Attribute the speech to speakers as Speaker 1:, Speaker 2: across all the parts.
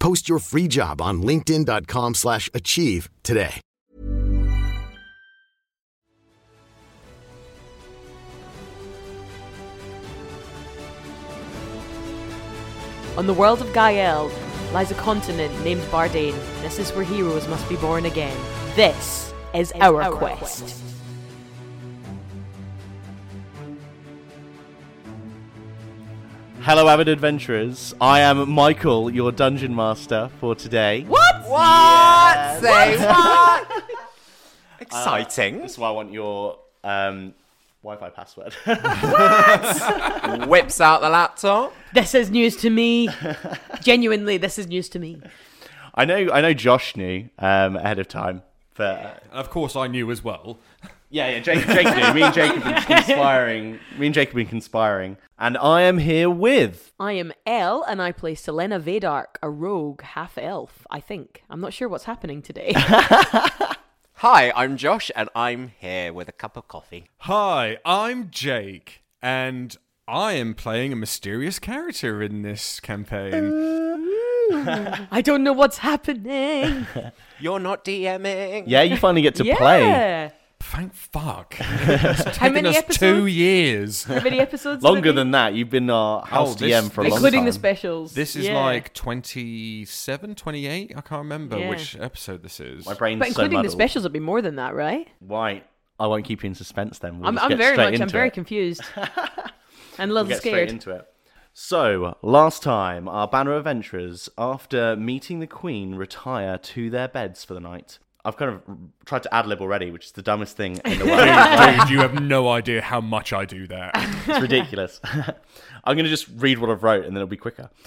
Speaker 1: Post your free job on linkedin.com/achieve slash achieve today.
Speaker 2: On the world of Gael lies a continent named Bardane. This is where heroes must be born again. This is our, quest.
Speaker 3: Hello, avid adventurers. I am Michael, your dungeon master for today.
Speaker 2: What?
Speaker 4: What? Say what? Exciting.
Speaker 3: That's why I want your um, Wi-Fi password.
Speaker 4: Whips out the laptop.
Speaker 2: This is news to me. Genuinely, this is news to me.
Speaker 3: I know, I know. Josh knew um, ahead of time, but uh,
Speaker 5: And of course, I knew as well.
Speaker 3: yeah, yeah. Jake, Jake knew. Me and Jacob have been conspiring. Me and Jacob have been conspiring, and I am here with.
Speaker 2: I am Elle, and I play Selena Vadark, a rogue half elf, I think. I'm not sure what's happening today.
Speaker 4: Hi, I'm Josh, and I'm here with a cup of coffee.
Speaker 5: Hi, I'm Jake, and I am playing a mysterious character in this campaign.
Speaker 2: I don't know what's happening.
Speaker 4: You're not DMing.
Speaker 3: Yeah, you finally get to play.
Speaker 2: yeah.
Speaker 5: Thank fuck. It's taken
Speaker 2: many
Speaker 5: us
Speaker 2: episodes?
Speaker 5: two years.
Speaker 2: How many episodes? have
Speaker 3: Longer
Speaker 2: it been?
Speaker 3: than that, you've been our house
Speaker 5: Oh, this-
Speaker 3: DM for a long time.
Speaker 2: Including the specials.
Speaker 5: This is
Speaker 2: Yeah.
Speaker 5: like 27, 28? I can't remember
Speaker 2: Yeah.
Speaker 5: which episode this is.
Speaker 3: My brain's
Speaker 2: But including
Speaker 3: so
Speaker 2: the
Speaker 3: muddled.
Speaker 2: specials, it'd be more than that, right?
Speaker 3: Why? I won't keep you in suspense then. We'll
Speaker 2: I'm,
Speaker 3: just
Speaker 2: I'm
Speaker 3: get
Speaker 2: very
Speaker 3: straight
Speaker 2: much, I'm
Speaker 3: into
Speaker 2: very
Speaker 3: it.
Speaker 2: confused. And a little
Speaker 3: We'll get straight
Speaker 2: scared.
Speaker 3: into it. So, last time, our banner adventurers, after meeting the queen, retire to their beds for the night. I've kind of tried to ad lib already, which is the dumbest thing in the world.
Speaker 5: Dude, you have no idea how much I do that.
Speaker 3: It's ridiculous. I'm going to just read what I've wrote and then it'll be quicker.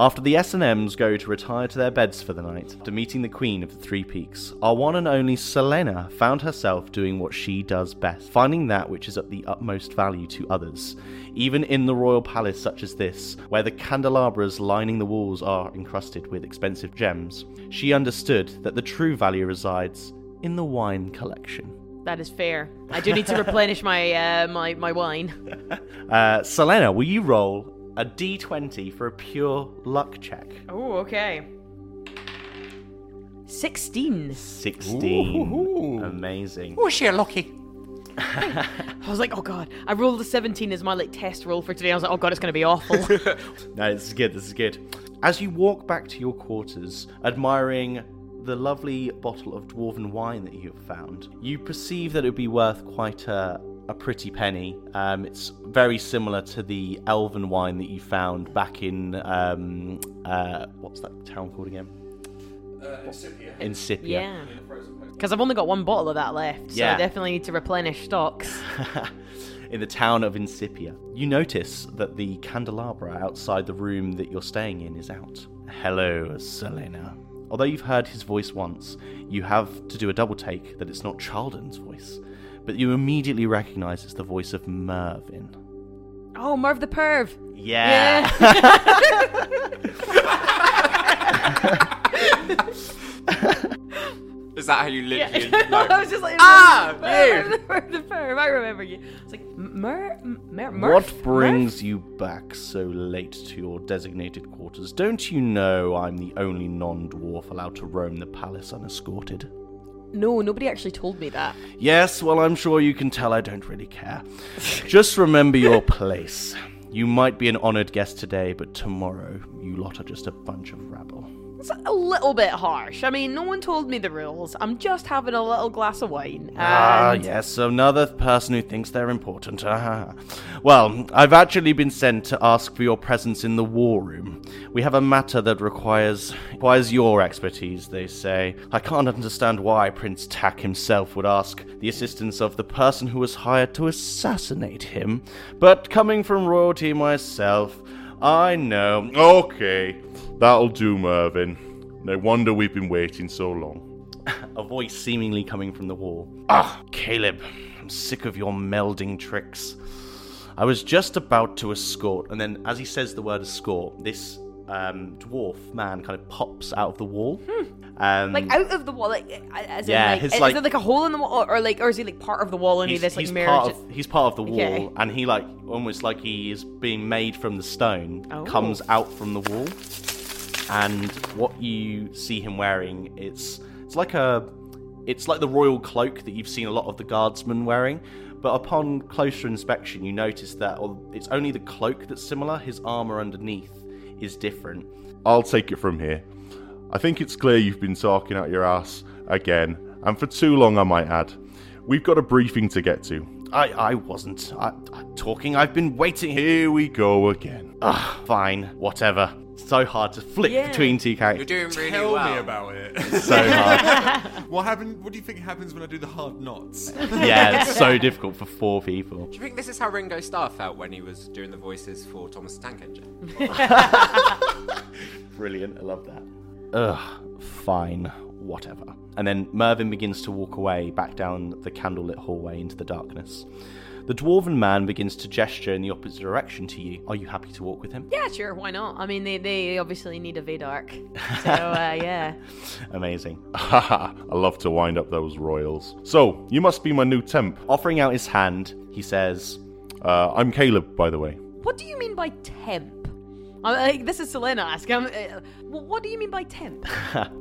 Speaker 3: After the S&Ms go to retire to their beds for the night, after meeting the Queen of the Three Peaks, our one and only Selena found herself doing what she does best, finding that which is of the utmost value to others. Even in the royal palace such as this, where the candelabras lining the walls are encrusted with expensive gems, she understood that the true value resides in the wine collection.
Speaker 2: That is fair. I do need to replenish my uh, my my wine.
Speaker 3: Uh, Selena, will you roll a d20 for a pure luck check?
Speaker 2: Oh, okay. Sixteen.
Speaker 3: 16.
Speaker 5: Ooh.
Speaker 3: Amazing.
Speaker 4: Oh, she a lucky.
Speaker 2: I was like, oh god. I rolled a seventeen as my like test roll for today. I was like, oh god, it's gonna be awful.
Speaker 3: No, this is good. This is good. As you walk back to your quarters, admiring the lovely bottle of dwarven wine that you have found, you perceive that it would be worth quite a, a pretty penny. Um, it's very similar to the elven wine that you found back in um, uh, what's that town called again? Uh, Incipia. Incipia.
Speaker 2: yeah. Because I've only got one bottle of that left, so I
Speaker 3: Yeah.
Speaker 2: definitely need to replenish stocks.
Speaker 3: in the town of Incipia. You notice that the candelabra outside the room that you're staying in is out. Hello, Selena. Although you've heard his voice once, you have to do a double take that it's not Charlton's voice, but you immediately recognize it's the voice of Mervyn.
Speaker 2: Oh, Merv the perv.
Speaker 3: Yeah.
Speaker 4: Is that how you
Speaker 2: Yeah.
Speaker 4: literally?
Speaker 2: I was just like,
Speaker 4: Ah,
Speaker 2: Merv,
Speaker 4: you.
Speaker 2: Merv the perv. I remember you. It's like Merv, Merv.
Speaker 3: What brings you back so late to your designated quarters? Don't you know I'm the only non dwarf allowed to roam the palace unescorted?
Speaker 2: No, nobody actually told me that.
Speaker 3: Yes, well, I'm sure you can tell I don't really care. Just remember your place. You might be an honoured guest today, but tomorrow you lot are just a bunch of rabble.
Speaker 2: It's a little bit harsh. I mean, no one told me the rules. I'm just having a little glass of wine. Uh, And
Speaker 3: Ah, yes, another person who thinks they're important. Ah. well, I've actually been sent to ask for your presence in the war room. We have a matter that requires requires your expertise, they say. I can't understand why Prince Tak himself would ask the assistance of the person who was hired to assassinate him. But coming from royalty myself, I know.
Speaker 6: Okay, that'll do, Mervyn. No wonder we've been waiting so long.
Speaker 3: a voice seemingly coming from the wall. Ah, Caleb, I'm sick of your melding tricks. I was just about to escort, and then as he says the word escort, this um, dwarf man kind of pops out of the wall. Um,
Speaker 2: like out of the wall, like uh, as
Speaker 3: Yeah,
Speaker 2: in, like,
Speaker 3: his,
Speaker 2: is
Speaker 3: like-
Speaker 2: there like a hole in the wall, or, or like, or is he like part of the wall and he
Speaker 3: he's,
Speaker 2: this like
Speaker 3: he's
Speaker 2: marriage?
Speaker 3: part of, he's part of the wall,
Speaker 2: Okay.
Speaker 3: and he like almost like he is being made from the stone,
Speaker 2: Oh.
Speaker 3: comes out from the wall, and what you see him wearing, it's it's like a it's like the royal cloak that you've seen a lot of the guardsmen wearing. But upon closer inspection, you notice that al- it's only the cloak that's similar. His armor underneath is different.
Speaker 6: I'll take it from here. I think it's clear you've been talking out your ass again, and for too long, I might add. We've got a briefing to get to.
Speaker 3: I, I wasn't I, I'm talking. I've been waiting here.
Speaker 6: Here we go again.
Speaker 3: Ugh, fine, whatever. So hard to flick
Speaker 2: Yeah.
Speaker 3: between two characters.
Speaker 4: You're doing really
Speaker 5: Tell
Speaker 4: well.
Speaker 5: me about it.
Speaker 3: so hard.
Speaker 5: what happened? What do you think happens when I do the hard knots?
Speaker 3: yeah, it's so difficult for four people.
Speaker 4: Do you think this is how Ringo Starr felt when he was doing the voices for Thomas the Tank Engine?
Speaker 3: Brilliant, I love that. Ugh, fine, whatever. And then Mervyn begins to walk away back down the candlelit hallway into the darkness. The dwarven man begins to gesture in the opposite direction to you. Are you happy to walk with him?
Speaker 2: yeah, sure, why not? I mean, they they obviously need a Vedark, so uh, yeah.
Speaker 3: Amazing.
Speaker 6: Haha, I love to wind up those royals. So, you must be my new temp.
Speaker 3: Offering out his hand, he says,
Speaker 6: Uh, I'm Caleb, by the way.
Speaker 2: What do you mean by temp? I, like, this is Selena asking. I'm, uh, wh- what do you mean by temp?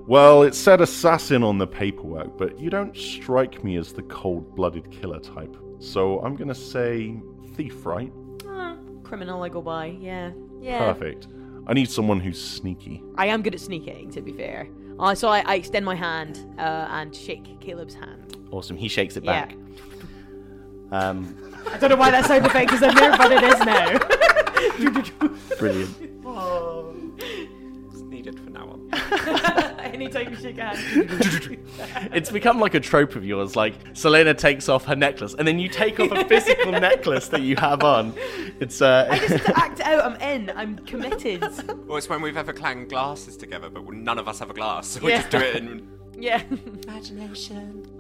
Speaker 6: Well, it said assassin on the paperwork, but you don't strike me as the cold blooded killer type. So, I'm gonna say thief, right?
Speaker 2: Uh, criminal, I go by. Yeah, yeah.
Speaker 6: Perfect. I need someone who's sneaky.
Speaker 2: I am good at sneaking, to be fair. Uh, so I, I extend my hand uh, and shake Caleb's hand.
Speaker 3: Awesome, he shakes it
Speaker 2: Yeah.
Speaker 3: back. Um,
Speaker 2: I don't know why that sound effect is in there, but it is now.
Speaker 3: brilliant.
Speaker 4: It's needed for now on.
Speaker 2: Anytime you shake a hand.
Speaker 3: It's become like a trope of yours. Like, Selena takes off her necklace, and then you take off a physical necklace that you have on. It's, uh.
Speaker 2: I just have to act out. I'm in. I'm committed.
Speaker 4: Or it's when we've ever clanged glasses together, but none of us have a glass, so we
Speaker 2: Yeah.
Speaker 4: just do it in.
Speaker 2: Yeah.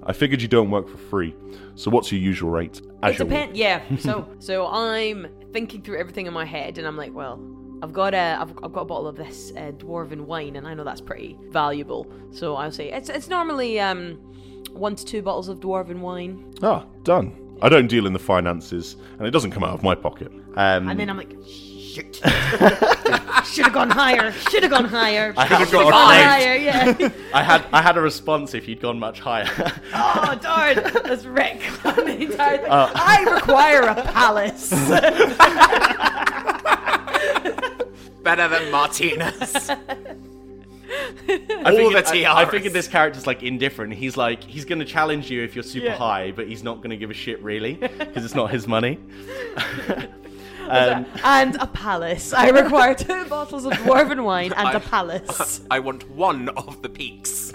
Speaker 6: I figured you don't work for free, so what's your usual rate?
Speaker 2: It
Speaker 6: As your-
Speaker 2: depends. Yeah. So so I'm thinking through everything in my head, and I'm like, well, I've got a I've, I've got a bottle of this uh, dwarven wine, and I know that's pretty valuable. So I'll say it's it's normally um one to two bottles of dwarven wine,
Speaker 6: Ah, done. I don't deal in the finances, and it doesn't come out of my pocket.
Speaker 3: Um,
Speaker 2: and then I'm like, shit, should have gone higher. Should have gone higher. Should
Speaker 3: have
Speaker 2: have
Speaker 3: gone
Speaker 2: gone
Speaker 3: higher.
Speaker 2: higher. Yeah.
Speaker 3: I had I had a response if you'd gone much higher.
Speaker 2: Oh darn! That's Rick on the entire thing. I require a palace.
Speaker 4: Better than Martinez.
Speaker 3: I
Speaker 4: All
Speaker 3: figured-
Speaker 4: the
Speaker 3: I- I,
Speaker 4: TRs.
Speaker 3: figured this character's like indifferent. He's like he's gonna challenge you if you're super
Speaker 2: Yeah.
Speaker 3: high, but he's not gonna give a shit really because it's not his money. Um,
Speaker 2: and a palace. I require two bottles of dwarven wine and a palace.
Speaker 4: I want one of the peaks.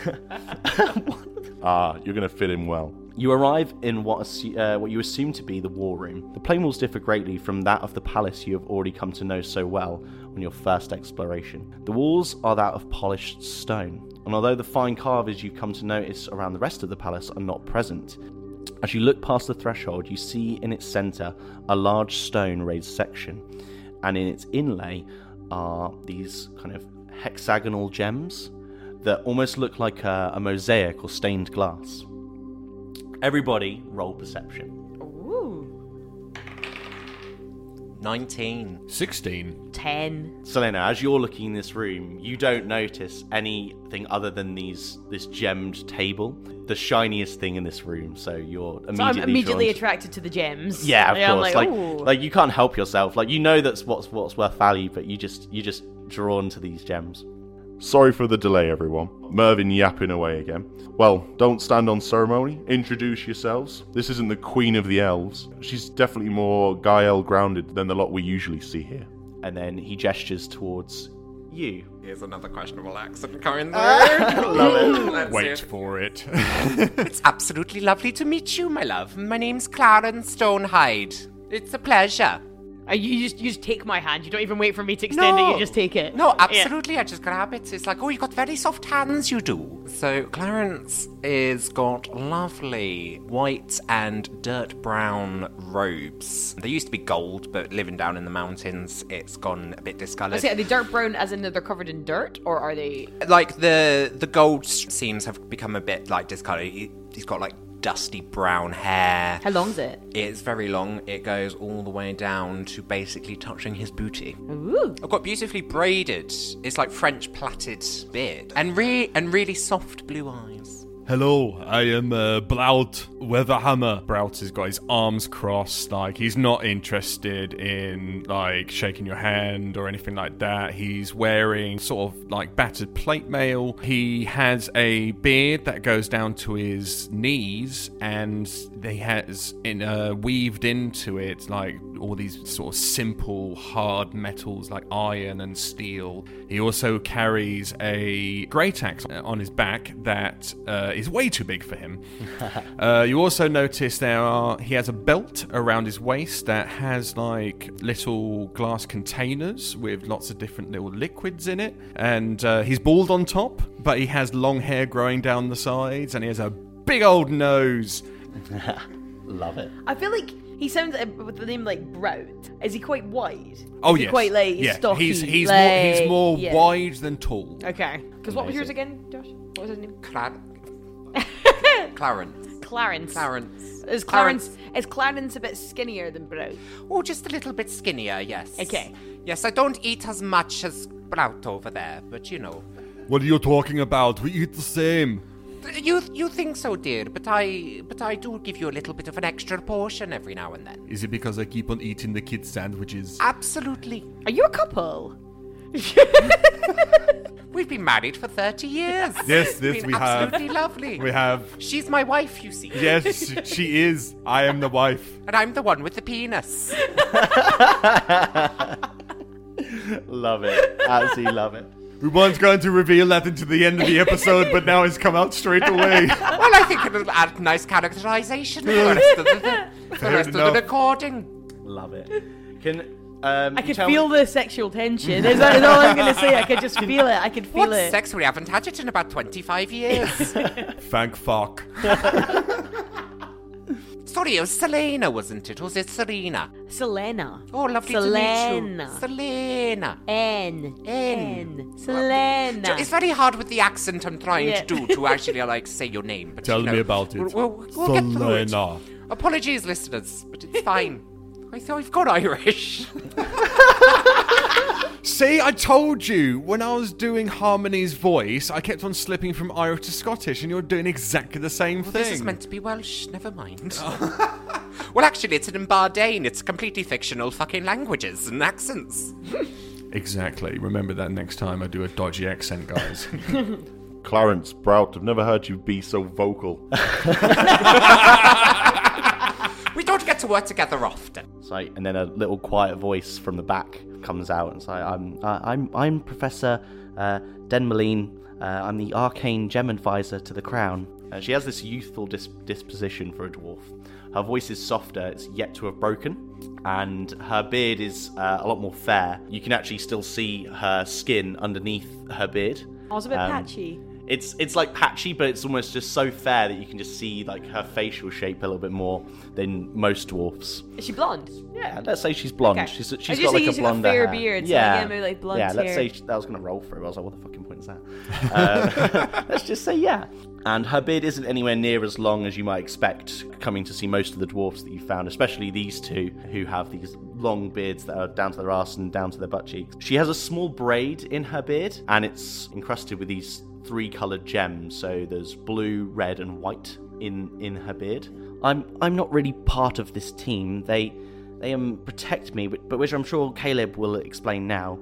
Speaker 6: Ah, you're going to fit in well.
Speaker 3: You arrive in what assu- uh, what you assume to be the war room. The plain walls differ greatly from that of the palace you have already come to know so well on your first exploration. The walls are that of polished stone, and although the fine carvings you come to notice around the rest of the palace are not present, As you look past the threshold, you see in its centre a large stone raised section, and in its inlay are these kind of hexagonal gems that almost look like a, a mosaic or stained glass. Everybody, roll perception.
Speaker 2: Ooh.
Speaker 4: 19.
Speaker 5: 16.
Speaker 2: Ten.
Speaker 3: Selena, as you're looking in this room, you don't notice anything other than these this gemmed table, the shiniest thing in this room. So you're immediately
Speaker 2: So I'm immediately
Speaker 3: drawn to-
Speaker 2: attracted to the gems.
Speaker 3: Yeah, of
Speaker 2: I'm like,
Speaker 3: course. Like,
Speaker 2: ooh.
Speaker 3: like, you can't help yourself. Like you know that's what's what's worth value, but you just you just drawn to these gems.
Speaker 6: Sorry for the delay, everyone. Mervyn yapping away again. Well, don't stand on ceremony. Introduce yourselves. This isn't the Queen of the Elves. She's definitely more Gael grounded than the lot we usually see here.
Speaker 3: And then he gestures towards you.
Speaker 4: Here's another questionable accent coming through. Love it.
Speaker 5: Wait for it.
Speaker 4: It's absolutely lovely to meet you, my love. My name's Clarence Stonehide. It's a pleasure.
Speaker 2: Uh, you just you just take my hand. You don't even wait for me to extend it. You just take it.
Speaker 4: No,
Speaker 2: Yeah.
Speaker 4: absolutely. I just grab it. It's like, oh, you got very soft hands, you do. So Clarence is got lovely white and dirt brown robes. They used to be gold, but living down in the mountains, it's gone a bit
Speaker 2: I
Speaker 4: discoloured.
Speaker 2: say, are they dark brown as in that they're covered in dirt, or are they?
Speaker 4: like the the gold seams have become a bit like discolored. He, he's got like dusty brown hair.
Speaker 2: How long's it?
Speaker 4: It's very long. It goes all the way down to basically touching his booty.
Speaker 2: Ooh.
Speaker 4: I've got beautifully braided. It's like French plaited beard and re and really soft blue eyes.
Speaker 5: Hello, I am uh, Blout Weatherhammer. Blout has got his arms crossed, like he's not interested in like shaking your hand or anything like that. He's wearing sort of like battered plate mail. He has a beard that goes down to his knees, and he has in uh, weaved into it like all these sort of simple hard metals like iron and steel. He also carries a great axe on his back that uh, is way too big for him. uh, you also notice there are he has a belt around his waist that has like little glass containers with lots of different little liquids in it, and uh, he's bald on top, but he has long hair growing down the sides, and he has a big old nose.
Speaker 3: Love it.
Speaker 2: I feel like he sounds uh, with the name like Brown. Is he quite wide?
Speaker 5: Oh
Speaker 2: Is he
Speaker 5: yes,
Speaker 2: quite like
Speaker 5: yeah.
Speaker 2: stocky.
Speaker 5: He's he's more,
Speaker 2: like-
Speaker 5: he's more
Speaker 2: yeah.
Speaker 5: wide than tall.
Speaker 2: Okay. Because what was yours again, Josh? What was his name?
Speaker 4: Clar- Clarence.
Speaker 2: Clarence.
Speaker 4: Clarence.
Speaker 2: Is Clarence, is Clarence a bit skinnier than Brown?
Speaker 4: Oh, just a little bit skinnier, yes.
Speaker 2: Okay.
Speaker 4: Yes, I don't eat as much as Blout over there, but you know.
Speaker 5: What are you talking about? We eat the same.
Speaker 4: You you think so, dear, but I but I do give you a little bit of an extra portion every now and then.
Speaker 5: Is it because I keep on eating the kids' sandwiches?
Speaker 4: Absolutely.
Speaker 2: Are you a couple?
Speaker 4: We've been married for 30 years.
Speaker 5: Yes,
Speaker 4: It's
Speaker 5: this
Speaker 4: been
Speaker 5: we have.
Speaker 4: absolutely lovely.
Speaker 5: We have.
Speaker 4: She's my wife, you see.
Speaker 5: Yes, she is. I am the wife.
Speaker 4: And I'm the one with the penis.
Speaker 3: Love it. Absolutely love it.
Speaker 5: We weren't going to reveal that until the end of the episode, but now it's come out straight away.
Speaker 4: well, I think it'll add nice characterization for the rest of the, for the,
Speaker 5: Fair
Speaker 4: rest of the
Speaker 5: enough.
Speaker 4: recording.
Speaker 3: Love it. Can um,
Speaker 2: I
Speaker 3: you
Speaker 2: could
Speaker 3: tell
Speaker 2: feel
Speaker 3: me-
Speaker 2: the sexual tension. Is that is all I'm going to say? I could just feel it. I could feel
Speaker 4: What
Speaker 2: it.
Speaker 4: sex? We haven't had it in about 25 years.
Speaker 5: Thank fuck.
Speaker 4: Sorry, it was Selena, wasn't it? Or was it Serena?
Speaker 2: Selena.
Speaker 4: Oh, lovely to meet
Speaker 2: Selena.
Speaker 4: you. Selena.
Speaker 2: N.
Speaker 4: N.
Speaker 2: Selena.
Speaker 4: It's very hard with the accent I'm trying
Speaker 2: Yeah.
Speaker 4: to do to actually like say your name. But
Speaker 5: Tell
Speaker 4: you
Speaker 5: me
Speaker 4: know,
Speaker 5: about it.
Speaker 4: We'll, we'll, we'll get through it.
Speaker 5: Selena.
Speaker 4: Apologies, listeners, but it's fine. I thought I've got Irish.
Speaker 5: See, I told you when I was doing Harmony's voice, I kept on slipping from Irish to Scottish, and you're doing exactly the same thing. Oh.
Speaker 4: This is meant to be Welsh. Never mind. well, actually, it's an Bardane. It's completely fictional fucking languages and accents.
Speaker 5: Exactly. Remember that next time I do a dodgy accent, guys.
Speaker 6: Clarence Brout, I've never heard you be so vocal.
Speaker 4: We don't get to work together often.
Speaker 3: It's like, and then a little quiet voice from the back comes out and it's like, I'm, uh, I'm, I'm Professor uh, Denmaline. Uh, I'm the arcane gem advisor to the crown. Uh, she has this youthful dis- disposition for a dwarf. Her voice is softer; it's yet to have broken, and her beard is uh, a lot more fair. You can actually still see her skin underneath her beard.
Speaker 2: I was a bit
Speaker 3: Um,
Speaker 2: patchy.
Speaker 3: It's it's like patchy, but it's almost just so fair that you can just see like her facial shape a little bit more than most dwarfs.
Speaker 2: Is she blonde?
Speaker 3: Yeah, let's say she's blonde.
Speaker 2: Okay.
Speaker 3: She's
Speaker 2: I
Speaker 3: she's
Speaker 2: just
Speaker 3: got
Speaker 2: say
Speaker 3: like a
Speaker 2: she's got
Speaker 3: blonde
Speaker 2: fair
Speaker 3: hair.
Speaker 2: beard, so
Speaker 3: yeah,
Speaker 2: yeah, maybe, like, blonde
Speaker 3: yeah. Let's
Speaker 2: hair.
Speaker 3: say she, that was gonna roll through. I was like, what the fucking point is that? Uh, let's just say yeah. And her beard isn't anywhere near as long as you might expect coming to see most of the dwarfs that you found, especially these two who have these long beards that are down to their arse and down to their butt cheeks. She has a small braid in her beard, and it's encrusted with these three coloured gems. So there's blue, red, and white in in her beard. I'm I'm not really part of this team. They they um protect me, but, but which I'm sure Caleb will explain now.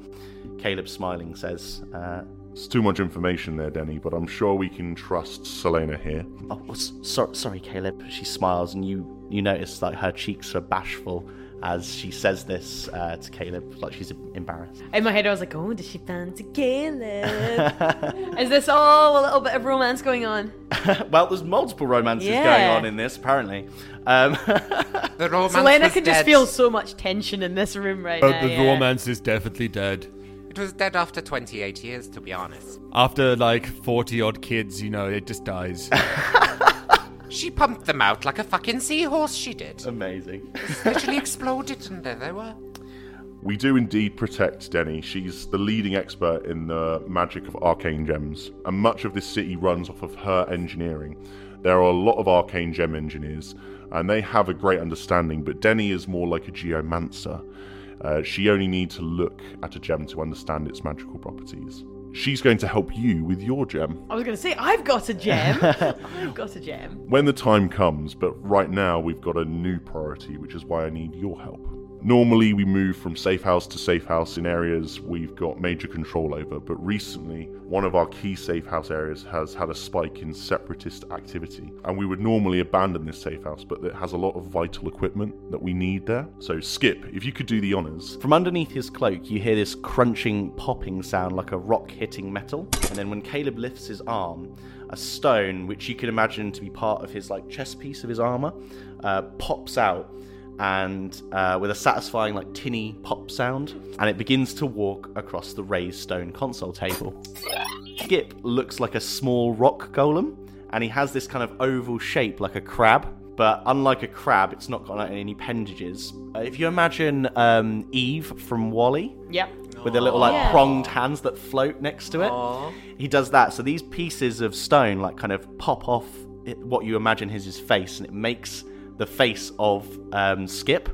Speaker 3: Caleb smiling says, uh,
Speaker 6: It's too much information there, Denny, but I'm sure we can trust Selena here.
Speaker 3: "Oh, s- so, sorry, Caleb." She smiles, and you you notice like her cheeks are bashful as she says this uh, to Caleb, like she's embarrassed.
Speaker 2: In my head, I was like, "Oh, does she fancy Caleb? Is this all a little bit of romance going on?"
Speaker 3: well, there's multiple romances
Speaker 2: Yeah.
Speaker 3: going on in this, apparently. Um,
Speaker 4: The romance
Speaker 2: Selena
Speaker 4: was
Speaker 2: can
Speaker 4: dead.
Speaker 2: just feel so much tension in this room right
Speaker 5: But
Speaker 2: now.
Speaker 5: the
Speaker 2: yeah.
Speaker 5: romance is definitely dead.
Speaker 4: It was dead after 28 years, to be honest.
Speaker 5: After like 40 odd kids, you know, it just dies.
Speaker 4: She pumped them out like a fucking seahorse, she did.
Speaker 3: amazing.
Speaker 4: Literally exploded, and there they were.
Speaker 6: We do indeed protect Denny. She's the leading expert in the magic of arcane gems, and much of this city runs off of her engineering. There are a lot of arcane gem engineers, and they have a great understanding, but Denny is more like a geomancer. Uh, she only needs to look at a gem to understand its magical properties. She's going to help you with your gem
Speaker 2: I was gonna say, I've got a gem. I've got a gem.
Speaker 6: when the time comes, but right now we've got a new priority, which is why I need your help. Normally, we move from safe house to safe house in areas we've got major control over, but recently, one of our key safe house areas has had a spike in separatist activity. And we would normally abandon this safe house, but it has a lot of vital equipment that we need there. So, Skip, if you could do the honors.
Speaker 3: From underneath his cloak, you hear this crunching, popping sound like a rock hitting metal. And then when Caleb lifts his arm, a stone, which you can imagine to be part of his like chest piece of his armor, uh, pops out, and uh, with a satisfying like tinny pop sound, and it begins to walk across the raised stone console table. Skip looks like a small rock golem, and he has this kind of oval shape like a crab. But unlike a crab, it's not got like, any appendages. Uh, if you imagine um, Eve from Wally,
Speaker 2: Yep.
Speaker 3: with the little like
Speaker 2: Yeah.
Speaker 3: pronged hands that float next to it, he does that. So these pieces of stone like kind of pop off it, what you imagine is his face, and it makes the face of um, Skip.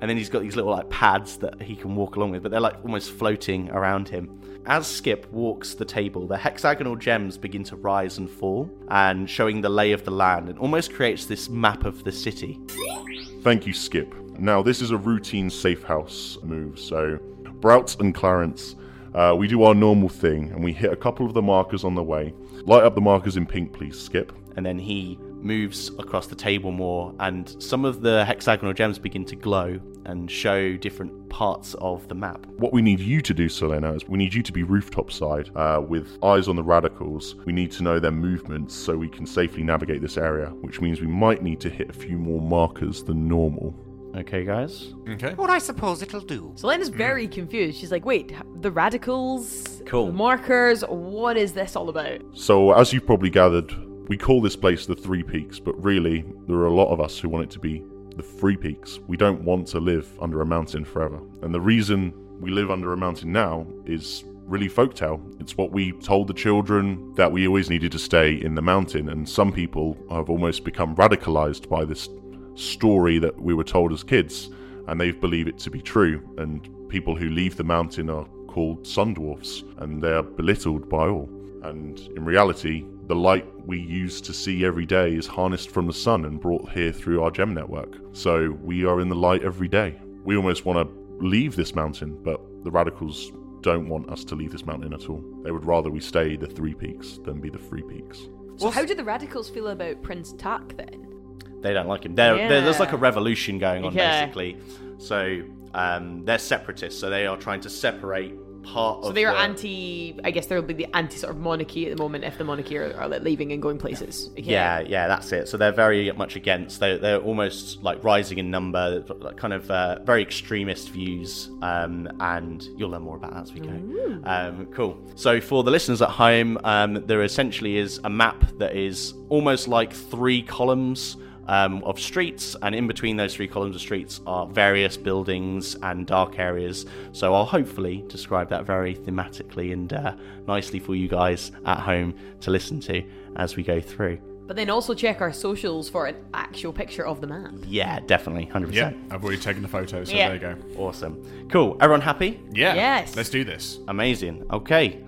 Speaker 3: And then he's got these little like pads that he can walk along with, but they're like almost floating around him. As Skip walks the table, the hexagonal gems begin to rise and fall, and showing the lay of the land, and almost creates this map of the city.
Speaker 6: Thank you, Skip. Now, this is a routine safe house move, so Brouts and Clarence, uh, we do our normal thing and we hit a couple of the markers on the way. Light up the markers in pink, please, Skip.
Speaker 3: and then he moves across the table more and some of the hexagonal gems begin to glow and show different parts of the map
Speaker 6: What we need you to do, Selena, is we need you to be rooftop side uh, with eyes on the radicals. We need to know their movements so we can safely navigate this area, which means we might need to hit a few more markers than normal.
Speaker 3: okay guys
Speaker 5: okay.
Speaker 4: Well, I suppose it'll do.
Speaker 2: Selena's
Speaker 3: Hmm.
Speaker 2: very confused. She's like, "Wait, the radicals?
Speaker 3: Cool.
Speaker 2: the markers? What is this all about?"
Speaker 6: So, as you've probably gathered, we call this place the Three Peaks, but really, there are a lot of us who want it to be the Three Peaks. We don't want to live under a mountain forever. And the reason we live under a mountain now is really folktale. It's what we told the children that we always needed to stay in the mountain, and some people have almost become radicalized by this story that we were told as kids, and they believe it to be true. And people who leave the mountain are called sun dwarfs, and they are belittled by all. And in reality, the light we use to see every day is harnessed from the sun and brought here through our gem network. So we are in the light every day. We almost want to leave this mountain, but the radicals don't want us to leave this mountain at all. They would rather we stay the three peaks than be the three peaks.
Speaker 2: So, how do the radicals feel about Prince Tak then?
Speaker 3: they don't like him They're, they're- there's like a
Speaker 2: Yeah.
Speaker 3: revolution going on
Speaker 2: Yeah.
Speaker 3: basically so um, they're separatists so they are trying to separate part
Speaker 2: So
Speaker 3: of
Speaker 2: they are
Speaker 3: the-
Speaker 2: anti. I guess there will be the anti sort of monarchy at the moment if the monarchy are, are like leaving and going places.
Speaker 3: yeah, yeah, that's it. So they're very much against. They're, they're almost like rising in number, like, kind of uh, very extremist views. Um, and you'll learn more about that as we go. Um, cool. So for the listeners at home, um, there essentially is a map that is almost like three columns. Um, of streets, and in between those three columns of streets are various buildings and dark areas. So I'll hopefully describe that very thematically and uh, nicely for you guys at home to listen to as we go through.
Speaker 2: But then also check our socials for an actual picture of the map.
Speaker 3: Yeah, definitely. 100%.
Speaker 5: Yeah, I've already taken the photo, so
Speaker 2: Yeah.
Speaker 5: there you go.
Speaker 3: Awesome. Cool. Everyone happy?
Speaker 5: Yeah.
Speaker 2: Yes.
Speaker 5: Let's do this.
Speaker 3: Amazing. Okay.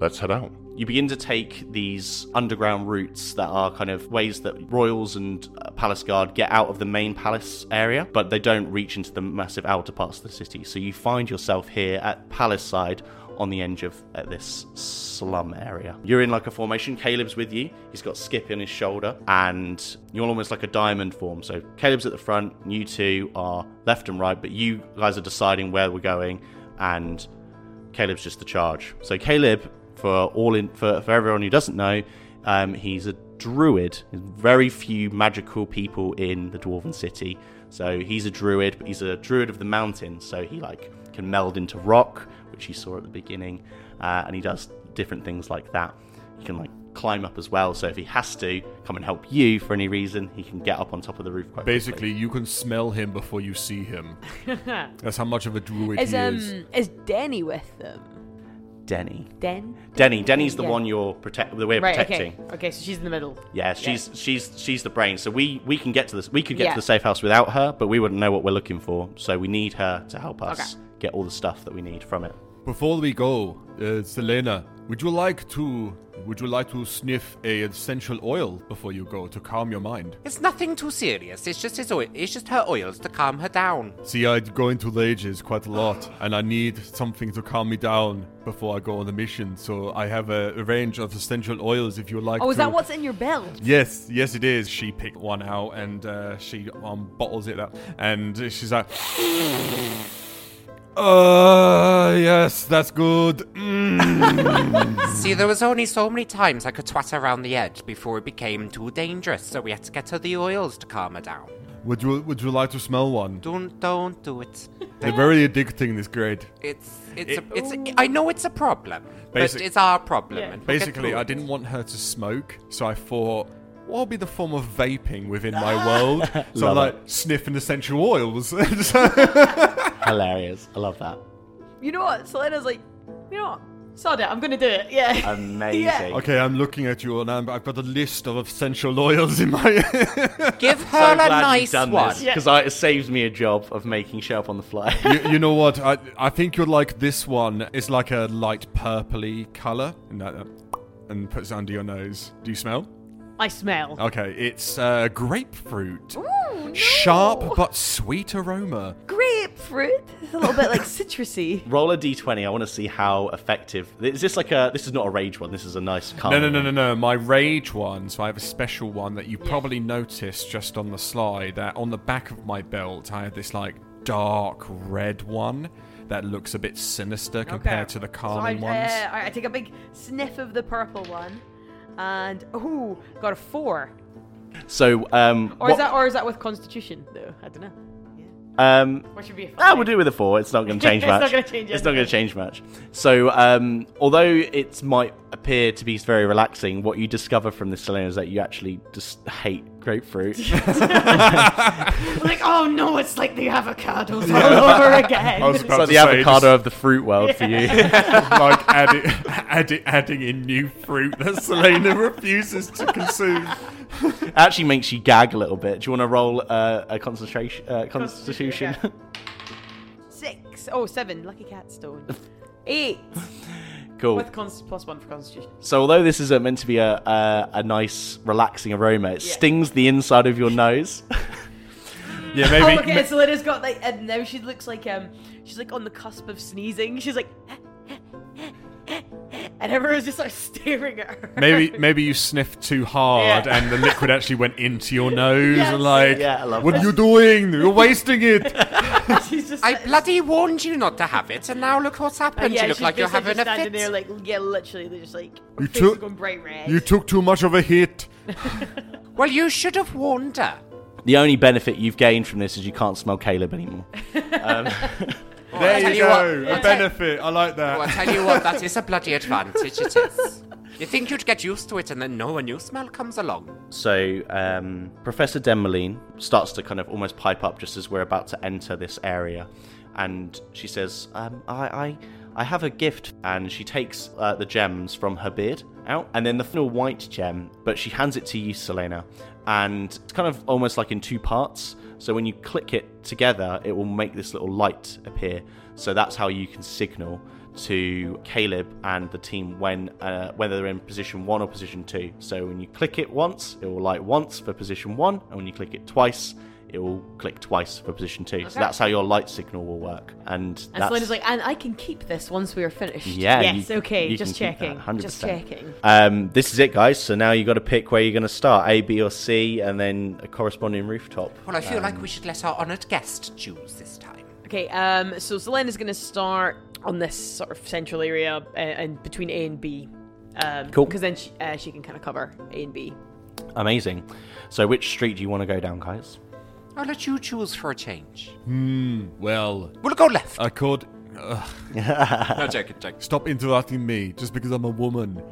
Speaker 6: Let's head out.
Speaker 3: You begin to take these underground routes that are kind of ways that royals and uh, palace guard get out of the main palace area, but they don't reach into the massive outer parts of the city. So you find yourself here at palace side on the edge of uh, this slum area. You're in like a formation. Caleb's with you. He's got Skip on his shoulder, and you're almost like a diamond form. So Caleb's at the front. and You two are left and right, but you guys are deciding where we're going, and Caleb's just the charge. So Caleb, for all in for, for everyone who doesn't know, um, he's a druid. There's very few magical people in the dwarven city. So he's a druid, but he's a druid of the mountain. So he like can meld into rock, which he saw at the beginning, uh, and he does different things like that. He can like climb up as well. So if he has to come and help you for any reason, he can get up on top of the roof. Quite quickly.
Speaker 5: Basically, you can smell him before you see him. That's how much of a druid
Speaker 2: Is
Speaker 5: he
Speaker 2: um
Speaker 5: is.
Speaker 2: is Denny with them?
Speaker 3: Denny.
Speaker 2: Den?
Speaker 3: Denny. Denny's the
Speaker 2: Yeah.
Speaker 3: one you're protect. The we're
Speaker 2: Right.
Speaker 3: protecting.
Speaker 2: Okay. Okay. So she's in the middle.
Speaker 3: Yeah, she's she's she's the brain. So we we can get to this. We could get
Speaker 2: Yeah.
Speaker 3: to the safe house without her, but we wouldn't know what we're looking for. So we need her to help us get all the stuff that we need from it.
Speaker 5: Before we go, uh, Selena, would you like to would you like to sniff a essential oil before you go to calm your mind?
Speaker 4: It's nothing too serious. It's just his oil. It's just her oils to calm her down.
Speaker 5: See, I go into rages quite a lot, and I need something to calm me down before I go on a mission. So I have a, a range of essential oils if you like.
Speaker 2: Oh, is that
Speaker 5: to-
Speaker 2: what's in your belt?
Speaker 5: Yes, yes, it is. She picked one out and uh, she um, bottles it up, and she's like, "Uh, yes, that's good." Mm.
Speaker 4: See, there was only so many times I could twat her around the edge before it became too dangerous, so we had to get her the oils to calm her down.
Speaker 5: would you Would you like to smell one?
Speaker 4: Don't, don't do it.
Speaker 5: They're very addicting. This grade.
Speaker 4: It's, it's, a, it's. A, I know it's a problem,
Speaker 5: Basic-
Speaker 4: but it's our problem.
Speaker 2: Yeah.
Speaker 4: and we'll get
Speaker 5: Basically,
Speaker 4: through
Speaker 5: I
Speaker 4: it.
Speaker 5: didn't want her to smoke, so I thought, what'll be the form of vaping within my world? So I'm
Speaker 3: Love
Speaker 5: like
Speaker 3: it.
Speaker 5: sniffing essential oils.
Speaker 3: Hilarious. I love that.
Speaker 2: You know what? Selena's like, you know what? Sod it. I'm gonna do it. Yeah.
Speaker 3: Amazing.
Speaker 2: Yeah.
Speaker 5: okay, I'm looking at you, and I'm, I've got a list of essential oils in my.
Speaker 4: Give
Speaker 3: So
Speaker 4: her a
Speaker 3: glad
Speaker 4: nice
Speaker 3: you've done
Speaker 4: one.
Speaker 3: this because it saves me a job of making shit up on the fly.
Speaker 5: you, you know what? I I think you'll like this one. It's like a light purpley color, and that, uh, and puts it under your nose. Do you smell?
Speaker 2: I smell.
Speaker 5: Okay, it's uh, grapefruit.
Speaker 2: Ooh, no.
Speaker 5: Sharp but sweet aroma.
Speaker 2: grapefruit. It's a little bit like citrusy.
Speaker 3: Roll a d20. I want to see how effective. Is this like a? This is not a rage one. This is a nice. Calm
Speaker 5: No, no, no, no, no. My rage one. So I have a special one that you probably noticed just on the slide. That on the back of my belt, I have this like dark red one that looks a bit sinister compared
Speaker 2: Okay.
Speaker 5: to the
Speaker 2: So
Speaker 5: calming
Speaker 2: I,
Speaker 5: ones.
Speaker 2: Uh, alright, I take a big sniff of the purple one, and ooh, got a four.
Speaker 3: So um.
Speaker 2: Or
Speaker 3: what-
Speaker 2: is that or is that with Constitution though? I don't know.
Speaker 3: um.
Speaker 2: What should be a five?
Speaker 3: Ah, we'll do it with a four. It's not going to change
Speaker 2: It's
Speaker 3: much.
Speaker 2: not gonna change
Speaker 3: It's not going to change much. So, um, although it might appear to be very relaxing, what you discover from this salon is that you actually just hate grapefruit.
Speaker 2: like, oh no, it's like the avocados all over again.
Speaker 5: I was
Speaker 3: it's
Speaker 5: about
Speaker 3: like
Speaker 5: to
Speaker 3: the
Speaker 5: say, just-
Speaker 3: avocado of the fruit world for you.
Speaker 5: like adding, adding, adding in new fruit that Selena refuses to consume.
Speaker 3: It actually makes you gag a little bit. Do you want to roll uh, a concentration? Uh, constitution.
Speaker 2: Six. Oh, seven. Lucky cat stone. Eight.
Speaker 3: cool.
Speaker 2: With cons- plus one for Constitution.
Speaker 3: So, although this is uh, meant to be a, a a nice, relaxing aroma, it
Speaker 2: Yeah.
Speaker 3: stings the inside of your nose.
Speaker 5: Yeah, maybe.
Speaker 2: oh, okay. So Linda's got like, and now she looks like um, she's like on the cusp of sneezing. She's like, and everyone's just like staring at her.
Speaker 5: Maybe maybe you sniffed too hard
Speaker 2: Yeah.
Speaker 5: and the liquid actually went into your nose
Speaker 2: Yes.
Speaker 5: and like
Speaker 3: Yeah, I love
Speaker 5: what
Speaker 3: that.
Speaker 5: are you doing? You're wasting it.
Speaker 2: she's just.
Speaker 4: I
Speaker 2: like-
Speaker 4: bloody warned you not to have it, and now look what's
Speaker 2: Uh,
Speaker 4: happened.
Speaker 2: yeah,
Speaker 4: you look
Speaker 2: she's
Speaker 4: like you're
Speaker 2: basically
Speaker 4: having a
Speaker 2: just standing
Speaker 4: fit.
Speaker 2: there, like yeah, literally, they're just like her
Speaker 5: You
Speaker 2: face is
Speaker 5: took-
Speaker 2: going bright red.
Speaker 5: you took too much of a hit.
Speaker 4: Well, you should have warned her.
Speaker 3: the only benefit you've gained from this is you can't smell Caleb anymore.
Speaker 4: I
Speaker 5: There
Speaker 4: tell
Speaker 5: you
Speaker 4: you what,
Speaker 5: go.
Speaker 4: I'll
Speaker 5: a
Speaker 4: tell-
Speaker 5: benefit. I like that.
Speaker 4: Well, I tell you what, that is a bloody advantage, it is. You think you'd get used to it, and then no, a new smell comes along.
Speaker 3: So um, Professor Demoline starts to kind of almost pipe up just as we're about to enter this area, and she says, um, "I, I, I have a gift. And she takes uh, the gems from her beard out, and then the final white gem, but she hands it to you, Selena. And it's kind of almost like in two parts. So when you click it together, it will make this little light appear. So that's how you can signal to Caleb and the team when uh, whether they're in position one or position two. So when you click it once, it will light once for position one, and when you click it twice, it will click twice for position two. So that's how your light signal will work. And,
Speaker 2: And
Speaker 3: that's
Speaker 2: Selena's like, and I can keep this once we are finished.
Speaker 3: yeah,
Speaker 7: Yes, okay,
Speaker 3: can
Speaker 7: just
Speaker 3: keep that,
Speaker 7: checking,
Speaker 3: 100%.
Speaker 2: Just checking.
Speaker 4: "Ah."
Speaker 3: Um, this is it, guys. So now you got to pick where you're going to start: A, B, or C, and then a corresponding rooftop. Um,
Speaker 4: Well, I feel like we should let our honoured guest choose this time.
Speaker 2: Okay, um, so Selena's going to start on this sort of central area uh, and between A and B. Um,
Speaker 3: Cool.
Speaker 2: Because then she, uh, she can kind of cover A and B.
Speaker 3: Amazing. So which street do you want to go down, guys?
Speaker 4: I'll let you choose for a change.
Speaker 5: Well,
Speaker 4: We'll go left.
Speaker 5: I could. Ugh,
Speaker 4: no, joking, joking.
Speaker 5: stop interrupting me just because I'm a woman.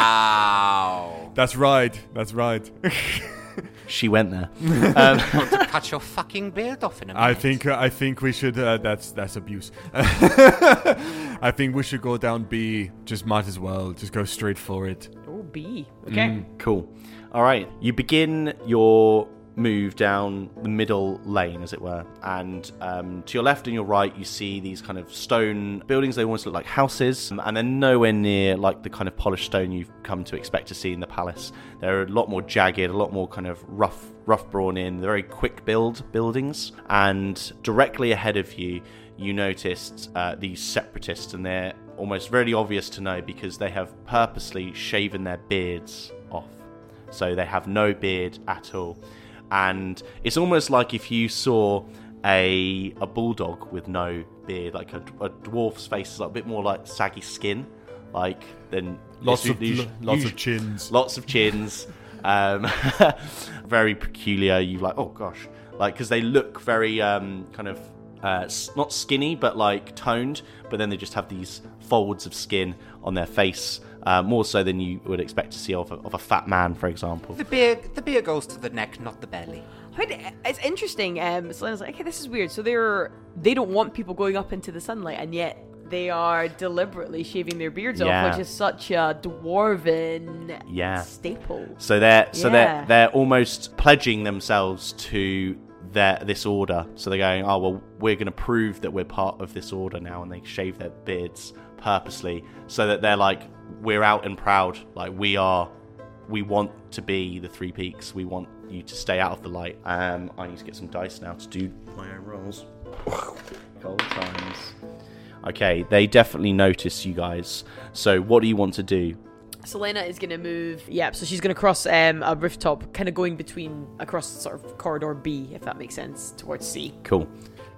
Speaker 4: Wow.
Speaker 5: That's right. That's right.
Speaker 3: She went there.
Speaker 4: Cut your fucking beard off in a minute.
Speaker 5: I think I think we should. Uh, that's that's abuse. I think we should go down B. Just might as well. Just go straight for it.
Speaker 2: Oh, B. Okay.
Speaker 3: Cool. All right. You begin your move down the middle lane, as it were. And um, to your left and your right, you see these kind of stone buildings. They almost look like houses. um, And they're nowhere near like the kind of polished stone you've come to expect to see in the palace. They're a lot more jagged, a lot more kind of rough, rough brawn in, very quick build buildings. And directly ahead of you, you noticed uh, these separatists, and they're almost really obvious to know because they have purposely shaven their beards off. So they have no beard at all. And it's almost like if you saw a, a bulldog with no beard, like a, a dwarf's face is like a bit more like saggy skin, like then
Speaker 5: Lots of
Speaker 3: usu-
Speaker 5: lo- lots
Speaker 3: usu-
Speaker 5: of chins.
Speaker 3: lots of chins. um, very peculiar. You like, oh gosh, like because they look very um, kind of uh, s- not skinny, but like toned. But then they just have these folds of skin on their face, uh, more so than you would expect to see of a, of a fat man, for example.
Speaker 4: The beard, the beard goes to the neck, not the belly.
Speaker 2: But it's interesting. Um, Selena's like, okay, this is weird. So they're they don't want people going up into the sunlight, and yet they are deliberately shaving their beards
Speaker 3: Yeah.
Speaker 2: off, which is such a dwarven
Speaker 3: Yeah.
Speaker 2: staple.
Speaker 3: So they're so
Speaker 2: Yeah.
Speaker 3: they're they're almost pledging themselves to their this order. So they're going, oh well, we're going to prove that we're part of this order now, and they shave their beards purposely so that they're like, we're out and proud, like we are, we want to be the Three Peaks. We want you to stay out of the light. Um, I need to get some dice now to do my own rolls. Gold times. Okay, they definitely notice you guys. So what do you want to do?
Speaker 2: Selena is gonna move. Yeah, so she's gonna cross um, a rooftop, kind of going between across sort of corridor B, if that makes sense, towards C.
Speaker 3: Cool.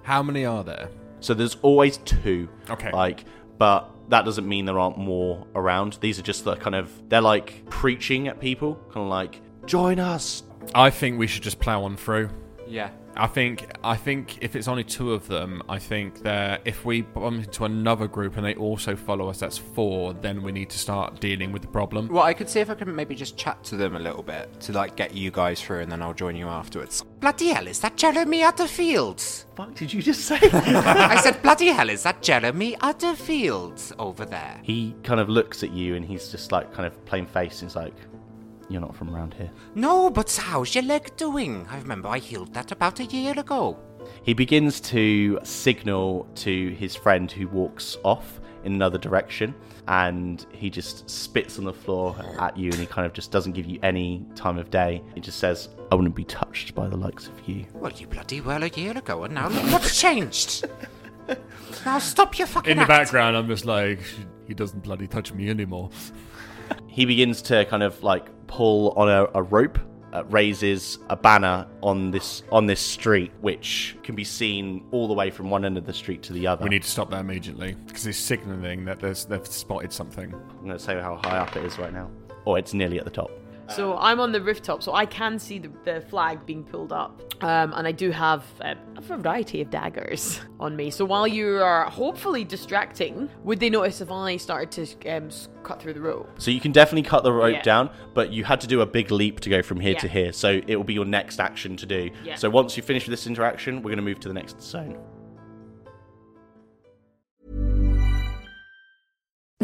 Speaker 5: How many are there?
Speaker 3: So there's always two.
Speaker 5: Okay.
Speaker 3: Like, but that doesn't mean there aren't more around. These are just the kind of they're like preaching at people, kind of like join us.
Speaker 5: I think we should just plow on through.
Speaker 4: Yeah.
Speaker 5: I think I think if it's only two of them, I think that if we bump into another group and they also follow us, that's four. Then we need to start dealing with the problem.
Speaker 4: Well, I could see if I could maybe just chat to them a little bit to like get you guys through, and then I'll join you afterwards. Bloody hell, is that Jeremy Utterfield?
Speaker 3: Fuck! Did you just say?
Speaker 4: I said, bloody hell, is that Jeremy Utterfield over there?
Speaker 3: he kind of looks at you and he's just like kind of plain faced. He's like, "You're not from around here."
Speaker 4: No, but how's your leg doing? I remember I healed that about a year ago.
Speaker 3: He begins to signal to his friend who walks off in another direction and he just spits on the floor at you and he kind of just doesn't give you any time of day. He just says, I wouldn't be touched by the likes of you.
Speaker 4: Well, you bloody well a year ago, and now look what's changed. Now stop your fucking
Speaker 5: In the
Speaker 4: act.
Speaker 5: background, I'm just like, he doesn't bloody touch me anymore.
Speaker 3: He begins to kind of like pull on a, a rope. Uh, raises a banner on this on this street, which can be seen all the way from one end of the street to the other.
Speaker 5: We need to stop that immediately because he's signalling that there's, they've spotted something.
Speaker 3: I'm going to say how high up it is right now. Oh, it's nearly at the top.
Speaker 2: So I'm on the rooftop, so I can see the, the flag being pulled up, um, and I do have uh, a variety of daggers on me. So while you are hopefully distracting, would they notice if I started to um, s- cut through the rope?
Speaker 3: So you can definitely cut the rope
Speaker 2: Yeah.
Speaker 3: down, but you had to do a big leap to go from here to
Speaker 2: Yeah.
Speaker 3: here. So it will be your next action to do.
Speaker 2: Yeah.
Speaker 3: So once you finish with this interaction, we're going to move to the next zone.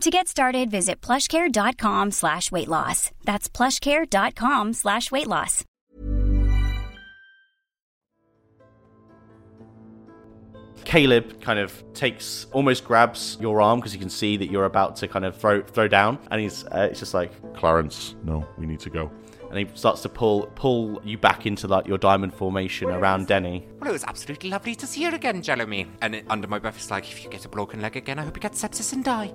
Speaker 7: To get started, visit plushcare.com slash weight loss. That's plushcare.com slash weight loss.
Speaker 3: Caleb kind of takes, almost grabs your arm because you can see that you're about to kind of throw throw down, and he's uh, it's just like,
Speaker 6: Clarence, no, we need to go.
Speaker 3: and he starts to pull pull you back into like your diamond formation around Denny.
Speaker 4: Well, it was absolutely lovely to see you again, Jeremy. And it, under my breath, it's like, if you get a broken leg again, I hope you get sepsis and die.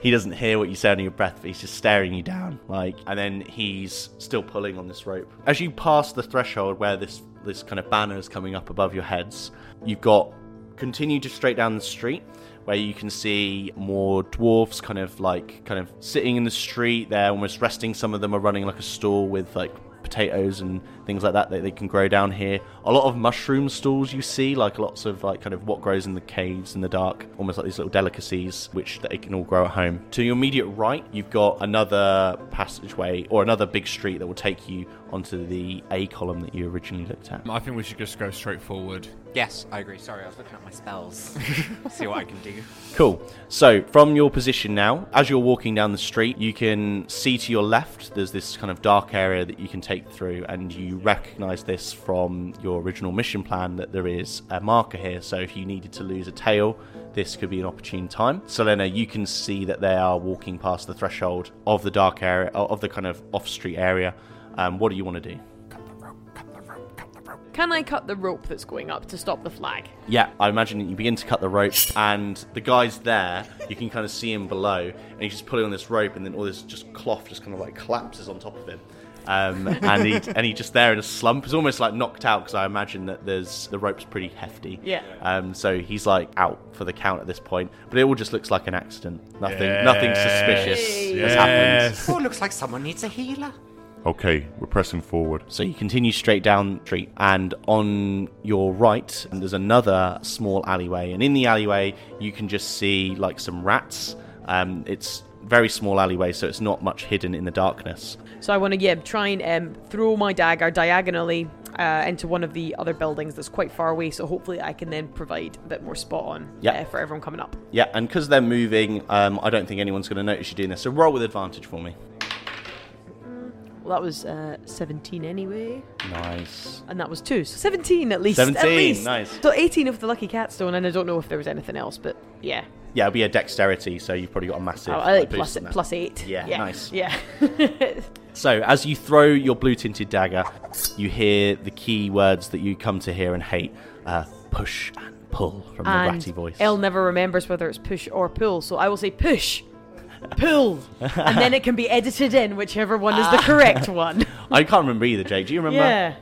Speaker 3: He doesn't hear what you say under your breath, but he's just staring you down, like, and then he's still pulling on this rope. As you pass the threshold where this this kind of banner is coming up above your heads, you've got continue just straight down the street where you can see more dwarfs kind of like kind of sitting in the street they're almost resting some of them are running like a stall with like potatoes and things like that that they can grow down here a lot of mushroom stalls you see like lots of like kind of what grows in the caves in the dark almost like these little delicacies which they can all grow at home to your immediate right you've got another passageway or another big street that will take you onto the a column that you originally looked at
Speaker 5: I think we should just go straight forward.
Speaker 4: yes, I agree. Sorry, I was looking at my spells. see what I can do.
Speaker 3: Cool. So, from your position now, as you're walking down the street, you can see to your left there's this kind of dark area that you can take through, and you recognize this from your original mission plan that there is a marker here. So, if you needed to lose a tail, this could be an opportune time. Selena, you can see that they are walking past the threshold of the dark area, of the kind of off street area. Um, what do you want to do?
Speaker 2: Can I cut the rope that's going up to stop the flag?
Speaker 3: Yeah, I imagine that you begin to cut the rope, and the guy's there. You can kind of see him below, and he's just pulling on this rope, and then all this just cloth just kind of like collapses on top of him. Um, and he and he just there in a slump. He's almost like knocked out because I imagine that there's the rope's pretty hefty.
Speaker 2: Yeah.
Speaker 3: Um. So he's like out for the count at this point, but it all just looks like an accident. Nothing. Nothing suspicious has happened.
Speaker 5: Yes.
Speaker 4: Oh, looks like someone needs a healer.
Speaker 6: Okay, we're pressing forward.
Speaker 3: So you continue straight down the street, and on your right, there's another small alleyway. And in the alleyway, you can just see like some rats. Um, it's very small alleyway, so it's not much hidden in the darkness.
Speaker 2: So I want to yeah try and um, throw my dagger diagonally uh, into one of the other buildings that's quite far away. So hopefully I can then provide a bit more spot on
Speaker 3: Yeah.
Speaker 2: uh, for everyone coming up.
Speaker 3: Yeah, and because they're moving, um, I don't think anyone's going to notice you doing this. So roll with advantage for me.
Speaker 2: Well, that was uh, 17 anyway,
Speaker 3: Nice.
Speaker 2: and that was two, so 17 at least.
Speaker 3: 17,
Speaker 2: at least.
Speaker 3: nice.
Speaker 2: So 18 of the lucky cat stone, and I don't know if there was anything else, but yeah,
Speaker 3: Yeah, it'll be a dexterity, so you've probably got a massive.
Speaker 2: oh, I like
Speaker 3: boost
Speaker 2: plus
Speaker 3: in that.
Speaker 2: plus eight.
Speaker 3: Yeah, nice.
Speaker 2: Yeah.
Speaker 3: So, as you throw your blue tinted dagger, you hear the key words that you come to hear and hate uh, push and pull from the
Speaker 2: and
Speaker 3: ratty voice.
Speaker 2: Elle never remembers whether it's push or pull, so I will say push, pull, and then it can be edited in whichever one is the
Speaker 3: Ah.
Speaker 2: correct one.
Speaker 3: I can't remember either, Jake. Do you remember?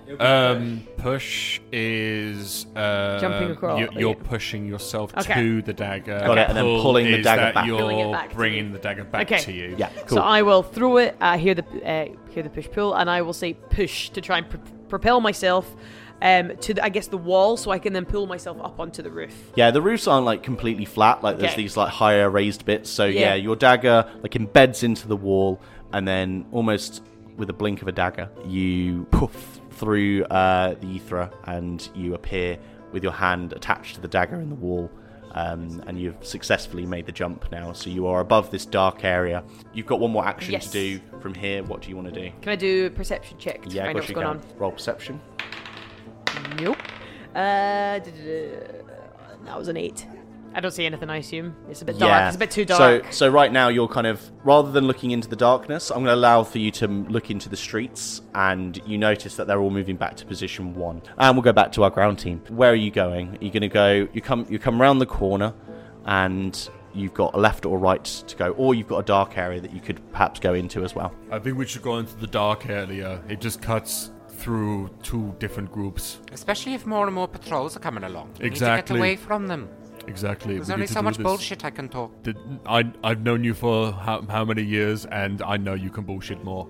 Speaker 2: yeah.
Speaker 5: Um, push is uh,
Speaker 2: Jumping across.
Speaker 5: You, you're pushing yourself
Speaker 2: Okay.
Speaker 5: to the dagger.
Speaker 3: Got it, and then
Speaker 5: Pull
Speaker 3: pulling the
Speaker 5: is
Speaker 3: dagger
Speaker 5: that
Speaker 3: back.
Speaker 5: You're
Speaker 2: Pulling it back to
Speaker 5: bringing
Speaker 2: you.
Speaker 5: the dagger back
Speaker 2: Okay.
Speaker 5: to you.
Speaker 3: Yeah, cool.
Speaker 2: So I will throw it. I hear the uh, hear the push pull, and I will say push to try and pr- propel myself um, to the, I guess the wall, so I can then pull myself up onto the roof.
Speaker 3: yeah, the roofs aren't like completely flat. Like there's
Speaker 2: Okay.
Speaker 3: these like higher raised bits. So yeah.
Speaker 2: Yeah.
Speaker 3: your dagger like embeds into the wall, and then almost with a blink of a dagger, you poof through uh, the ether, and you appear with your hand attached to the dagger in the wall. Um, and you've successfully made the jump now, so you are above this dark area. You've got one more action
Speaker 2: Yes.
Speaker 3: to do from here. What do you want to do?
Speaker 2: Can I do a perception check to
Speaker 3: Yeah,
Speaker 2: find out
Speaker 3: of course
Speaker 2: what's
Speaker 3: you
Speaker 2: going
Speaker 3: can. Roll perception.
Speaker 2: on? Nope. Uh, duh, duh, duh. that was an eight. I don't see anything. I assume it's a bit dark.
Speaker 3: Yeah.
Speaker 2: It's a bit too dark.
Speaker 3: So, so right now you're kind of rather than looking into the darkness, I'm going to allow for you to m- look into the streets, and you notice that they're all moving back to position one. And we'll go back to our ground team. Where are you going? You're going to go. You come. You come around the corner, and you've got a left or right to go, or you've got a dark area that you could perhaps go into as well.
Speaker 5: I think we should go into the dark area. It just cuts through two different groups.
Speaker 4: Especially if more and more patrols are coming along. We
Speaker 5: Exactly.
Speaker 4: Need to get away from them.
Speaker 5: Exactly.
Speaker 4: There's
Speaker 5: we
Speaker 4: only
Speaker 5: need to
Speaker 4: so
Speaker 5: do
Speaker 4: much
Speaker 5: this.
Speaker 4: bullshit I can talk.
Speaker 5: Did- I, I've known you for how, how many years, and I know you can bullshit more.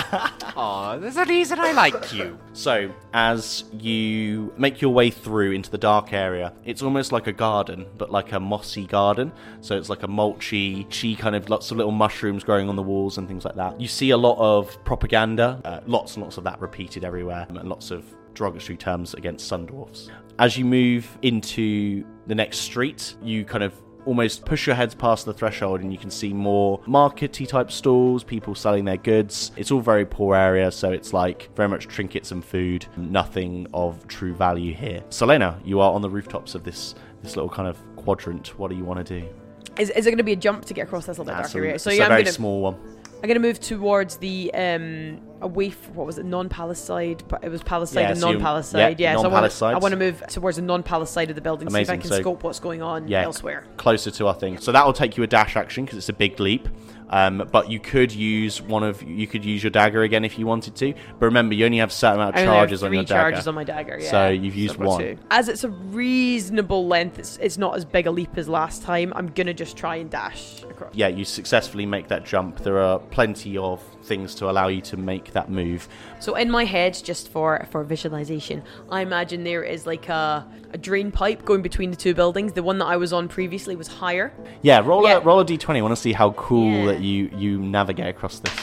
Speaker 4: Aw, there's a reason I like you.
Speaker 3: So, as you make your way through into the dark area, it's almost like a garden, but like a mossy garden. So, it's like a mulchy, she kind of lots of little mushrooms growing on the walls and things like that. You see a lot of propaganda, uh, lots and lots of that repeated everywhere, um, and lots of derogatory terms against sun dwarfs. As you move into the next street, you kind of almost push your heads past the threshold and you can see more markety type stalls people selling their goods it's all very poor area so it's like very much trinkets and food nothing of true value here selena you are on the rooftops of this this little kind of quadrant what do you want to do
Speaker 2: is, is there going to be a jump to get across this little bit
Speaker 3: That's
Speaker 2: darker
Speaker 3: a,
Speaker 2: area?
Speaker 3: it's
Speaker 2: So
Speaker 3: a
Speaker 2: yeah, I'm
Speaker 3: very
Speaker 2: going to
Speaker 3: small one
Speaker 2: I'm going to move towards the um away. From, what was it? Non-Palestine. pa- It was Palestine
Speaker 3: Yeah,
Speaker 2: and
Speaker 3: so you-
Speaker 2: non-Palestine.
Speaker 3: yeah,
Speaker 2: Yeah, so I want to I
Speaker 3: non-Palestine.
Speaker 2: want to move towards the non-Palestine of the building. See if I
Speaker 3: Amazing,
Speaker 2: can
Speaker 3: so-
Speaker 2: scope what's going on
Speaker 3: yeah
Speaker 2: elsewhere.
Speaker 3: closer to our thing so that will take you a dash action because it's a big leap um, but you could use one of you could use your dagger again if you wanted to but remember you only have a certain amount
Speaker 2: I
Speaker 3: of
Speaker 2: only have
Speaker 3: charges on
Speaker 2: three
Speaker 3: your dagger
Speaker 2: charges on my dagger. Yeah.
Speaker 3: So you've used
Speaker 2: I've got
Speaker 3: one.
Speaker 2: As it's a reasonable length, it's, it's not as big a leap as last time. I'm gonna just try and dash across.
Speaker 3: yeah, you successfully make that jump. There are plenty of things to allow you to make that move.
Speaker 2: So in my head, just for for visualization, I imagine there is like a, a drain pipe going between the two buildings. The one that I was on previously was higher.
Speaker 3: Yeah, roll
Speaker 2: Yeah.
Speaker 3: a roll a d20. I want to see how cool
Speaker 2: Yeah.
Speaker 3: that you you navigate across this.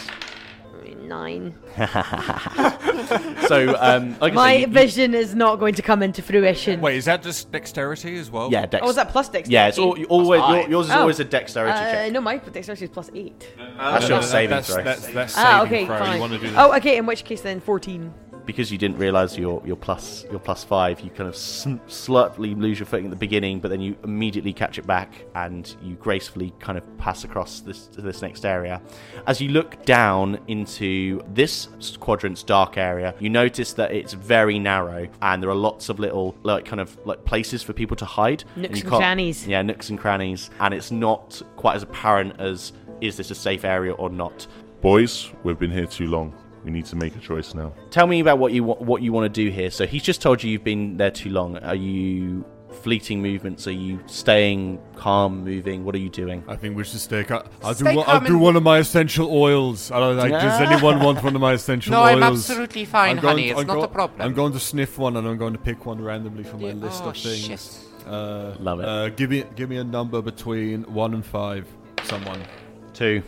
Speaker 2: Nine.
Speaker 3: So, um, like
Speaker 2: My
Speaker 3: I said, you- you-
Speaker 2: vision is not going to come into fruition.
Speaker 5: Wait, is that just dexterity as well?
Speaker 3: yeah, dex.
Speaker 2: Oh, is that plus dexterity?
Speaker 3: Yeah, it's all, you always
Speaker 4: That's
Speaker 3: your,
Speaker 4: fine.
Speaker 3: yours is
Speaker 2: Oh.
Speaker 3: always a dexterity
Speaker 2: Uh,
Speaker 3: check.
Speaker 2: no, my dexterity is plus eight.
Speaker 5: Uh,
Speaker 3: that's your saving
Speaker 5: that's,
Speaker 3: throw.
Speaker 5: That's, that's
Speaker 2: ah,
Speaker 5: saving
Speaker 2: okay,
Speaker 5: throw. You
Speaker 2: fine.
Speaker 5: wanna do
Speaker 2: oh, okay. In which case, then fourteen.
Speaker 3: because you didn't realize your your plus your plus five, you kind of sn- slightly lose your footing at the beginning, but then you immediately catch it back and you gracefully kind of pass across this to this next area. As you look down into this quadrant's dark area, you notice that it's very narrow and there are lots of little like kind of like places for people to hide.
Speaker 2: Nooks
Speaker 3: you
Speaker 2: and
Speaker 3: can't-
Speaker 2: crannies.
Speaker 3: Yeah, nooks and crannies, and it's not quite as apparent as is this a safe area or not.
Speaker 6: Boys, we've been here too long. We need to make a choice now.
Speaker 3: Tell me about what you wa- what you want to do here. So he's just told you you've been there too long. Are you fleeting movements? Are you staying calm, moving? What are you doing?
Speaker 5: I think we should stay. Ca- I'll, do
Speaker 4: Stay
Speaker 5: one, I'll
Speaker 4: calm
Speaker 5: do
Speaker 4: and-
Speaker 5: one of my essential oils. I don't like. Does anyone want one of my essential
Speaker 4: No,
Speaker 5: oils?
Speaker 4: I'm absolutely fine, honey. It's not a problem.
Speaker 5: I'm going to sniff one, and I'm going to pick one randomly from my
Speaker 4: Yeah.
Speaker 5: list
Speaker 4: Oh,
Speaker 5: of things.
Speaker 4: shit.
Speaker 5: Uh,
Speaker 3: Love it.
Speaker 5: Uh, give me, give me a number between one and five. Someone.
Speaker 3: Two.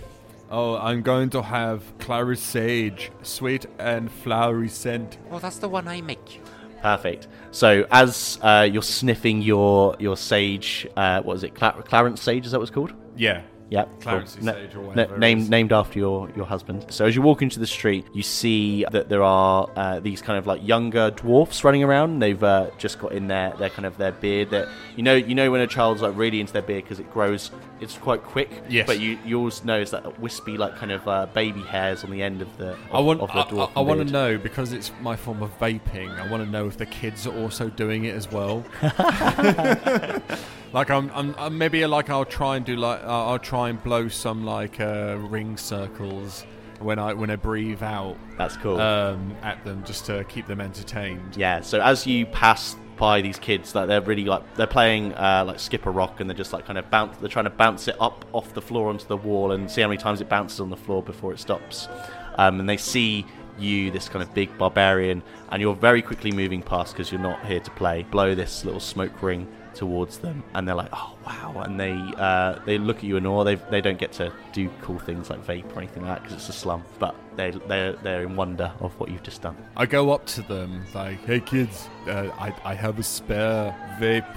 Speaker 5: Oh, I'm going to have Clary Sage, sweet and flowery scent.
Speaker 4: Well, that's the one I make.
Speaker 3: Perfect. So as uh, you're sniffing your your sage, uh, what is it? Cla- Clarence Sage is that what's called?
Speaker 5: Yeah.
Speaker 3: Yeah,
Speaker 5: Clarence Sage or whatever it
Speaker 3: named
Speaker 5: is.
Speaker 3: named after your your husband. So as you walk into the street, you see that there are uh, these kind of like younger dwarfs running around. They've uh, just got in their their kind of their beard. That you know you know when a child's like really into their beard because it grows, it's quite quick.
Speaker 5: Yes.
Speaker 3: But you yours knows that wispy like kind of uh, baby hairs on the end of the. Of,
Speaker 5: I want.
Speaker 3: Of
Speaker 5: I,
Speaker 3: the dwarf
Speaker 5: I, I want to
Speaker 3: beard.
Speaker 5: know because it's my form of vaping. I want to know if the kids are also doing it as well. like I'm, I'm, i maybe like I'll try and do like I'll I'll try and blow some like uh, ring circles when I when I breathe out
Speaker 3: That's cool.
Speaker 5: um, at them just to keep them entertained.
Speaker 3: Yeah. So as you pass by these kids, like they're really like they're playing uh, like skip a rock, and they're just like kind of bounce. They're trying to bounce it up off the floor onto the wall and see how many times it bounces on the floor before it stops. Um, and they see you, this kind of big barbarian, and you're very quickly moving past because you're not here to play. Blow this little smoke ring towards them, and they're like, "Oh wow!" And they uh, they look at you in awe. They they don't get to do cool things like vape or anything like that because it's a slum, but they they're, they're in wonder of what you've just done.
Speaker 5: I go up to them like, "Hey kids, uh, I I have a spare vape."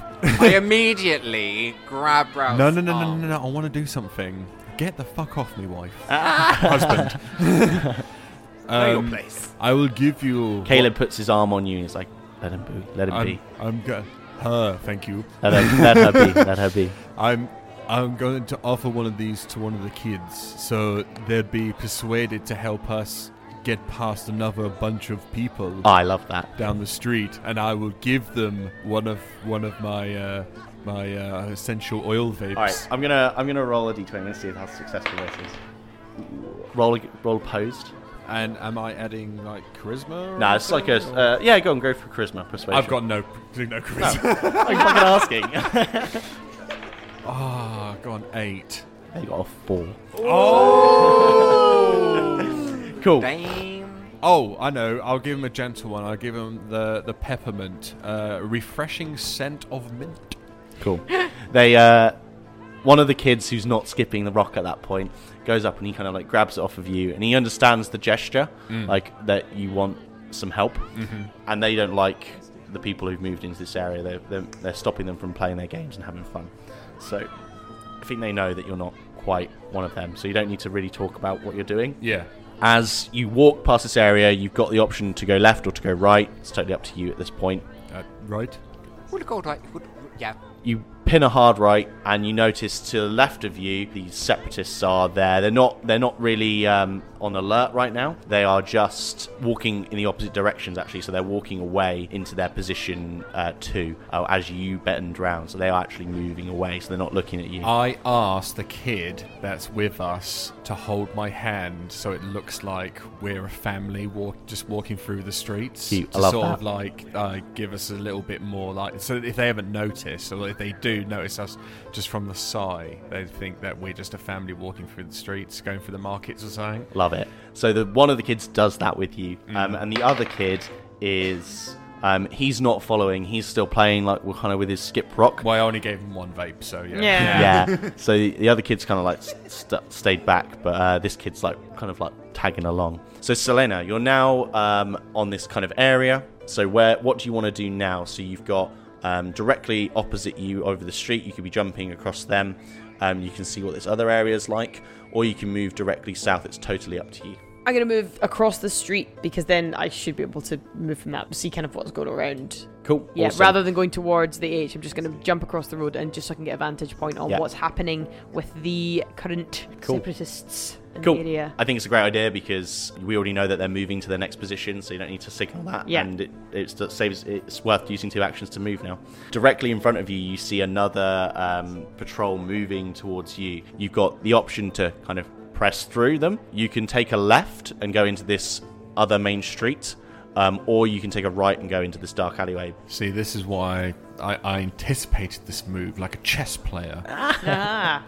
Speaker 4: I immediately grab Ralph's
Speaker 5: No, no, no, no,
Speaker 3: Oh.
Speaker 4: arm.
Speaker 5: no, no! I want to do something. Get the fuck off me, wife, husband.
Speaker 4: Know your
Speaker 5: Um,
Speaker 4: place.
Speaker 5: I will give you.
Speaker 3: Caleb puts his arm on you and he's like, let him be, let him
Speaker 5: I'm,
Speaker 3: be.
Speaker 5: I'm go- her. Thank you.
Speaker 3: Let her, let her be. Let her be.
Speaker 5: I'm I'm going to offer one of these to one of the kids so they'd be persuaded to help us get past another bunch of people
Speaker 3: Ah, I love that.
Speaker 5: down the street and I will give them one of one of my uh, my uh, essential oil vapes.
Speaker 3: All right, I'm gonna I'm gonna roll a d20 and see how successful this is. Roll a, roll posed.
Speaker 5: And am I adding like charisma? or
Speaker 3: Nah, it's like a
Speaker 5: something, or-
Speaker 3: uh, yeah. Go on, go for charisma persuasion.
Speaker 5: I've got no no charisma.
Speaker 3: I'm fucking asking.
Speaker 5: Ah, go on eight.
Speaker 3: I got a four.
Speaker 5: Oh!
Speaker 3: Cool.
Speaker 5: oh, I know. I'll give him a gentle one. I'll give him the the peppermint, uh, refreshing scent of mint.
Speaker 3: Cool. They, uh, one of the kids who's not skipping the rock at that point goes up and he kind of like grabs it off of you and he understands the gesture, like that you want some help, and they don't like the people who've moved into this area. They're, they're, they're stopping them from playing their games and having fun. So I think they know that you're not quite one of them, so you don't need to really talk about what you're doing.
Speaker 5: Yeah.
Speaker 3: As you walk past this area, you've got the option to go left or to go right. It's totally up to you at this point.
Speaker 5: Uh, right.
Speaker 4: Would go like, would, yeah.
Speaker 3: you pin a hard right and you notice to the left of you the separatists are there they're not they're not really um, on alert right now they are just walking in the opposite directions actually so they're walking away into their position uh, two uh, as you bend round so they are actually moving away so they're not looking at you
Speaker 5: I asked the kid that's with us to hold my hand so it looks like we're a family walk, just walking through the streets.
Speaker 3: Cute, I
Speaker 5: To
Speaker 3: love
Speaker 5: sort of
Speaker 3: that.
Speaker 5: like uh, give us a little bit more like so that if they haven't noticed or if they do notice us just from the sigh, they think that we're just a family walking through the streets, going through the markets or something.
Speaker 3: love it so the one of the kids does that with you um, and the other kid is um, he's not following he's still playing like kind of with his skip rock
Speaker 5: Well, I only gave him one vape, so yeah.
Speaker 2: Yeah.
Speaker 3: yeah. So the, the other kid's kind of like st- stayed back, but uh, this kid's like kind of like tagging along. So Selena, you're now um, on this kind of area. So where? What do you want to do now? So you've got um, directly opposite you over the street. You could be jumping across them. Um, you can see what this other area is like, or you can move directly south. It's totally up to you.
Speaker 2: I'm gonna move across the street because then I should be able to move from that, see kind of what's going around.
Speaker 3: Cool.
Speaker 2: Yeah,
Speaker 3: Awesome.
Speaker 2: rather than going towards the H, I'm just gonna jump across the road and just so I can get a vantage point on
Speaker 3: Yeah.
Speaker 2: what's happening with the current
Speaker 3: Cool.
Speaker 2: separatists in
Speaker 3: Cool.
Speaker 2: the area.
Speaker 3: I think it's a great idea because we already know that they're moving to their next position, so you don't need to signal that.
Speaker 2: Yeah.
Speaker 3: And it, it's, that saves, it's worth using two actions to move now. Directly in front of you, you see another um, patrol moving towards you. You've got the option to kind of press through them. You can take a left and go into this other main street, um, or you can take a right and go into this dark alleyway.
Speaker 5: See, this is why I, I anticipated this move like a chess player.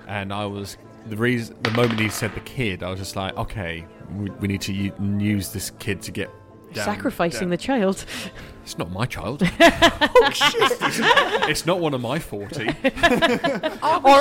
Speaker 5: and I was the reason the moment he said the kid, I was just like, okay, we, we need to u- use this kid to get down-
Speaker 2: Sacrificing
Speaker 5: down.
Speaker 2: the child.
Speaker 5: It's not my child. Oh, It's not one of my
Speaker 2: or
Speaker 5: forty.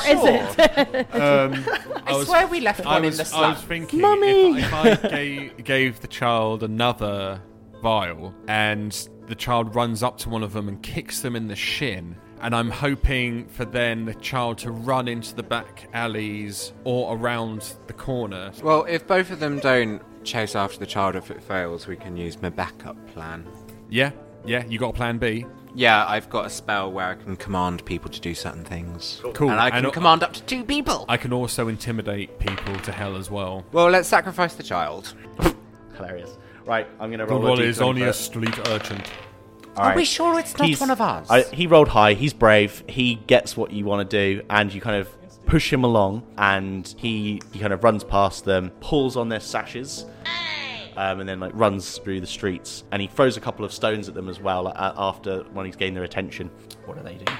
Speaker 2: is it?
Speaker 4: I, swear we left
Speaker 5: I
Speaker 4: one in
Speaker 5: was,
Speaker 4: the
Speaker 5: I
Speaker 4: slum.
Speaker 5: was thinking, if I, if I gave, gave the child another vial and the child runs up to one of them and kicks them in the shin, and I'm hoping for then the child to run into the back alleys or around the corner.
Speaker 4: Well, if both of them don't chase after the child, if it fails, we can use my backup plan.
Speaker 5: Yeah, yeah, you got a plan B.
Speaker 4: Yeah, I've got a spell where I can command people to do certain things.
Speaker 5: Cool.
Speaker 4: And I can
Speaker 5: And-
Speaker 4: command up to two people.
Speaker 5: I can also intimidate people to hell as well.
Speaker 4: Well, let's sacrifice the child.
Speaker 3: Hilarious. Right, I'm going to
Speaker 5: The
Speaker 3: roll
Speaker 5: one
Speaker 3: a
Speaker 5: is
Speaker 3: D20
Speaker 5: only a
Speaker 3: first.
Speaker 5: street urchin.
Speaker 4: Are we sure it's not
Speaker 3: He's-
Speaker 4: one of us?
Speaker 3: I, he rolled high. He's brave. He gets what you want to do, and you kind of push him along, and he he kind of runs past them, pulls on their sashes. Um, and then like runs through the streets, and he throws a couple of stones at them as well. uh, after when he's gained their attention, what do they do?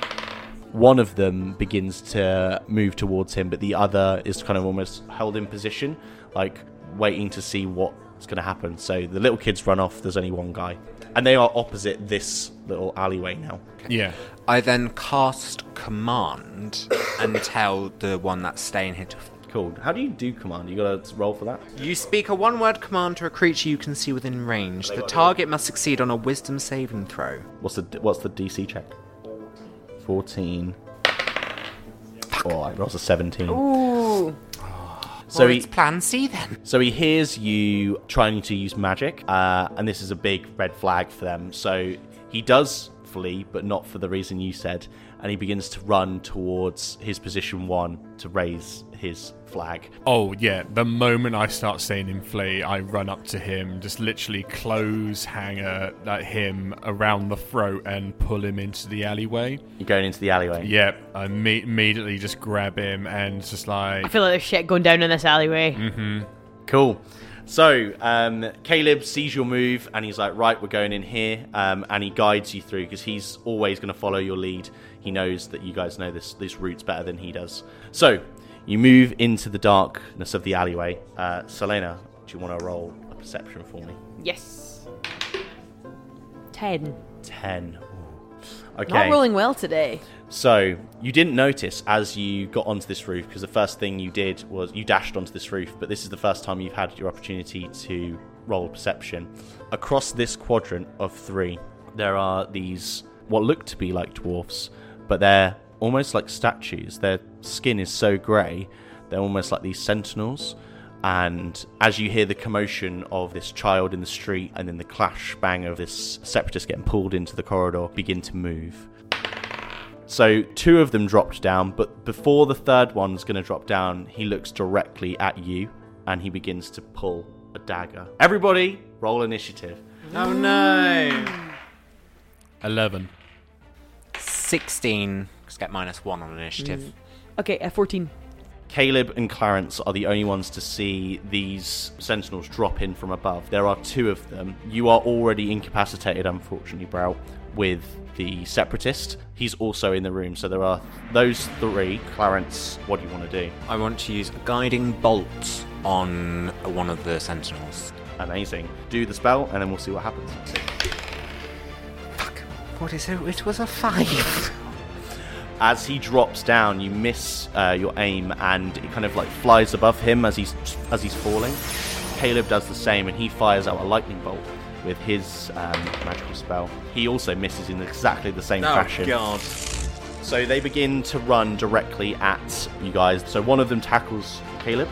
Speaker 3: One of them begins to move towards him, but the other is kind of almost held in position, like waiting to see what's going to happen. So the little kids run off. There's only one guy, and they are opposite this little alleyway now.
Speaker 5: Yeah.
Speaker 4: I then cast command and tell the one that's staying here to.
Speaker 3: Cool. How do you do command? You got to roll for that.
Speaker 4: You speak a one word command to a creature you can see within range. The target must succeed on a wisdom saving throw.
Speaker 3: What's the What's the DC check? Fourteen. Oh, I rolls a seventeen.
Speaker 2: Ooh.
Speaker 3: So
Speaker 4: well,
Speaker 3: he
Speaker 4: it's plan C then.
Speaker 3: so he hears you trying to use magic, uh, and this is a big red flag for them. So he does flee, but not for the reason you said. And he begins to run towards his position one to raise his flag.
Speaker 5: Oh, yeah. The moment I start seeing him flee, I run up to him, just literally close hanger at him around the throat and pull him into the alleyway.
Speaker 3: You're going into the alleyway.
Speaker 5: Yep. I me- immediately just grab him and just like.
Speaker 2: I feel like there's shit going down in this alleyway.
Speaker 3: Mm. Cool. So um, Caleb sees your move and he's like, right, we're going in here. Um, and he guides you through because he's always going to follow your lead. He knows that you guys know this this route's better than he does. So you move into the darkness of the alleyway. Uh, Selena, do you want to roll a perception for me?
Speaker 2: Yes. Ten.
Speaker 3: Ten. Ooh. Okay.
Speaker 2: Not rolling well today.
Speaker 3: So you didn't notice as you got onto this roof because the first thing you did was you dashed onto this roof, but this is the first time you've had your opportunity to roll perception. Across this quadrant of three, there are these what look to be like dwarfs, but they're almost like statues. Their skin is so grey, they're almost like these sentinels. And as you hear the commotion of this child in the street and then the clash bang of this separatist getting pulled into the corridor, begin to move. So two of them dropped down, but before the third one's going to drop down, he looks directly at you and he begins to pull a dagger. Everybody, roll initiative.
Speaker 8: Oh no!
Speaker 5: 11.
Speaker 4: 16. Just get minus one on initiative.
Speaker 2: Okay, uh, fourteen.
Speaker 3: Caleb and Clarence are the only ones to see these sentinels drop in from above. There are two of them. You are already incapacitated, unfortunately, Brow, with the separatist. He's also in the room, so there are those three. Clarence, what do you want to do?
Speaker 4: I want to use a guiding bolt on one of the sentinels.
Speaker 3: Amazing. Do the spell, and then we'll see what happens.
Speaker 4: Fuck. What is it? It was a five.
Speaker 3: as he drops down, you miss uh, your aim, and it kind of like flies above him as he's as he's falling. Caleb does the same, and he fires out a lightning bolt with his um, magical spell. He also misses in exactly the
Speaker 4: Oh,
Speaker 3: same fashion.
Speaker 4: god.
Speaker 3: So they begin to run directly at you guys. So one of them tackles Caleb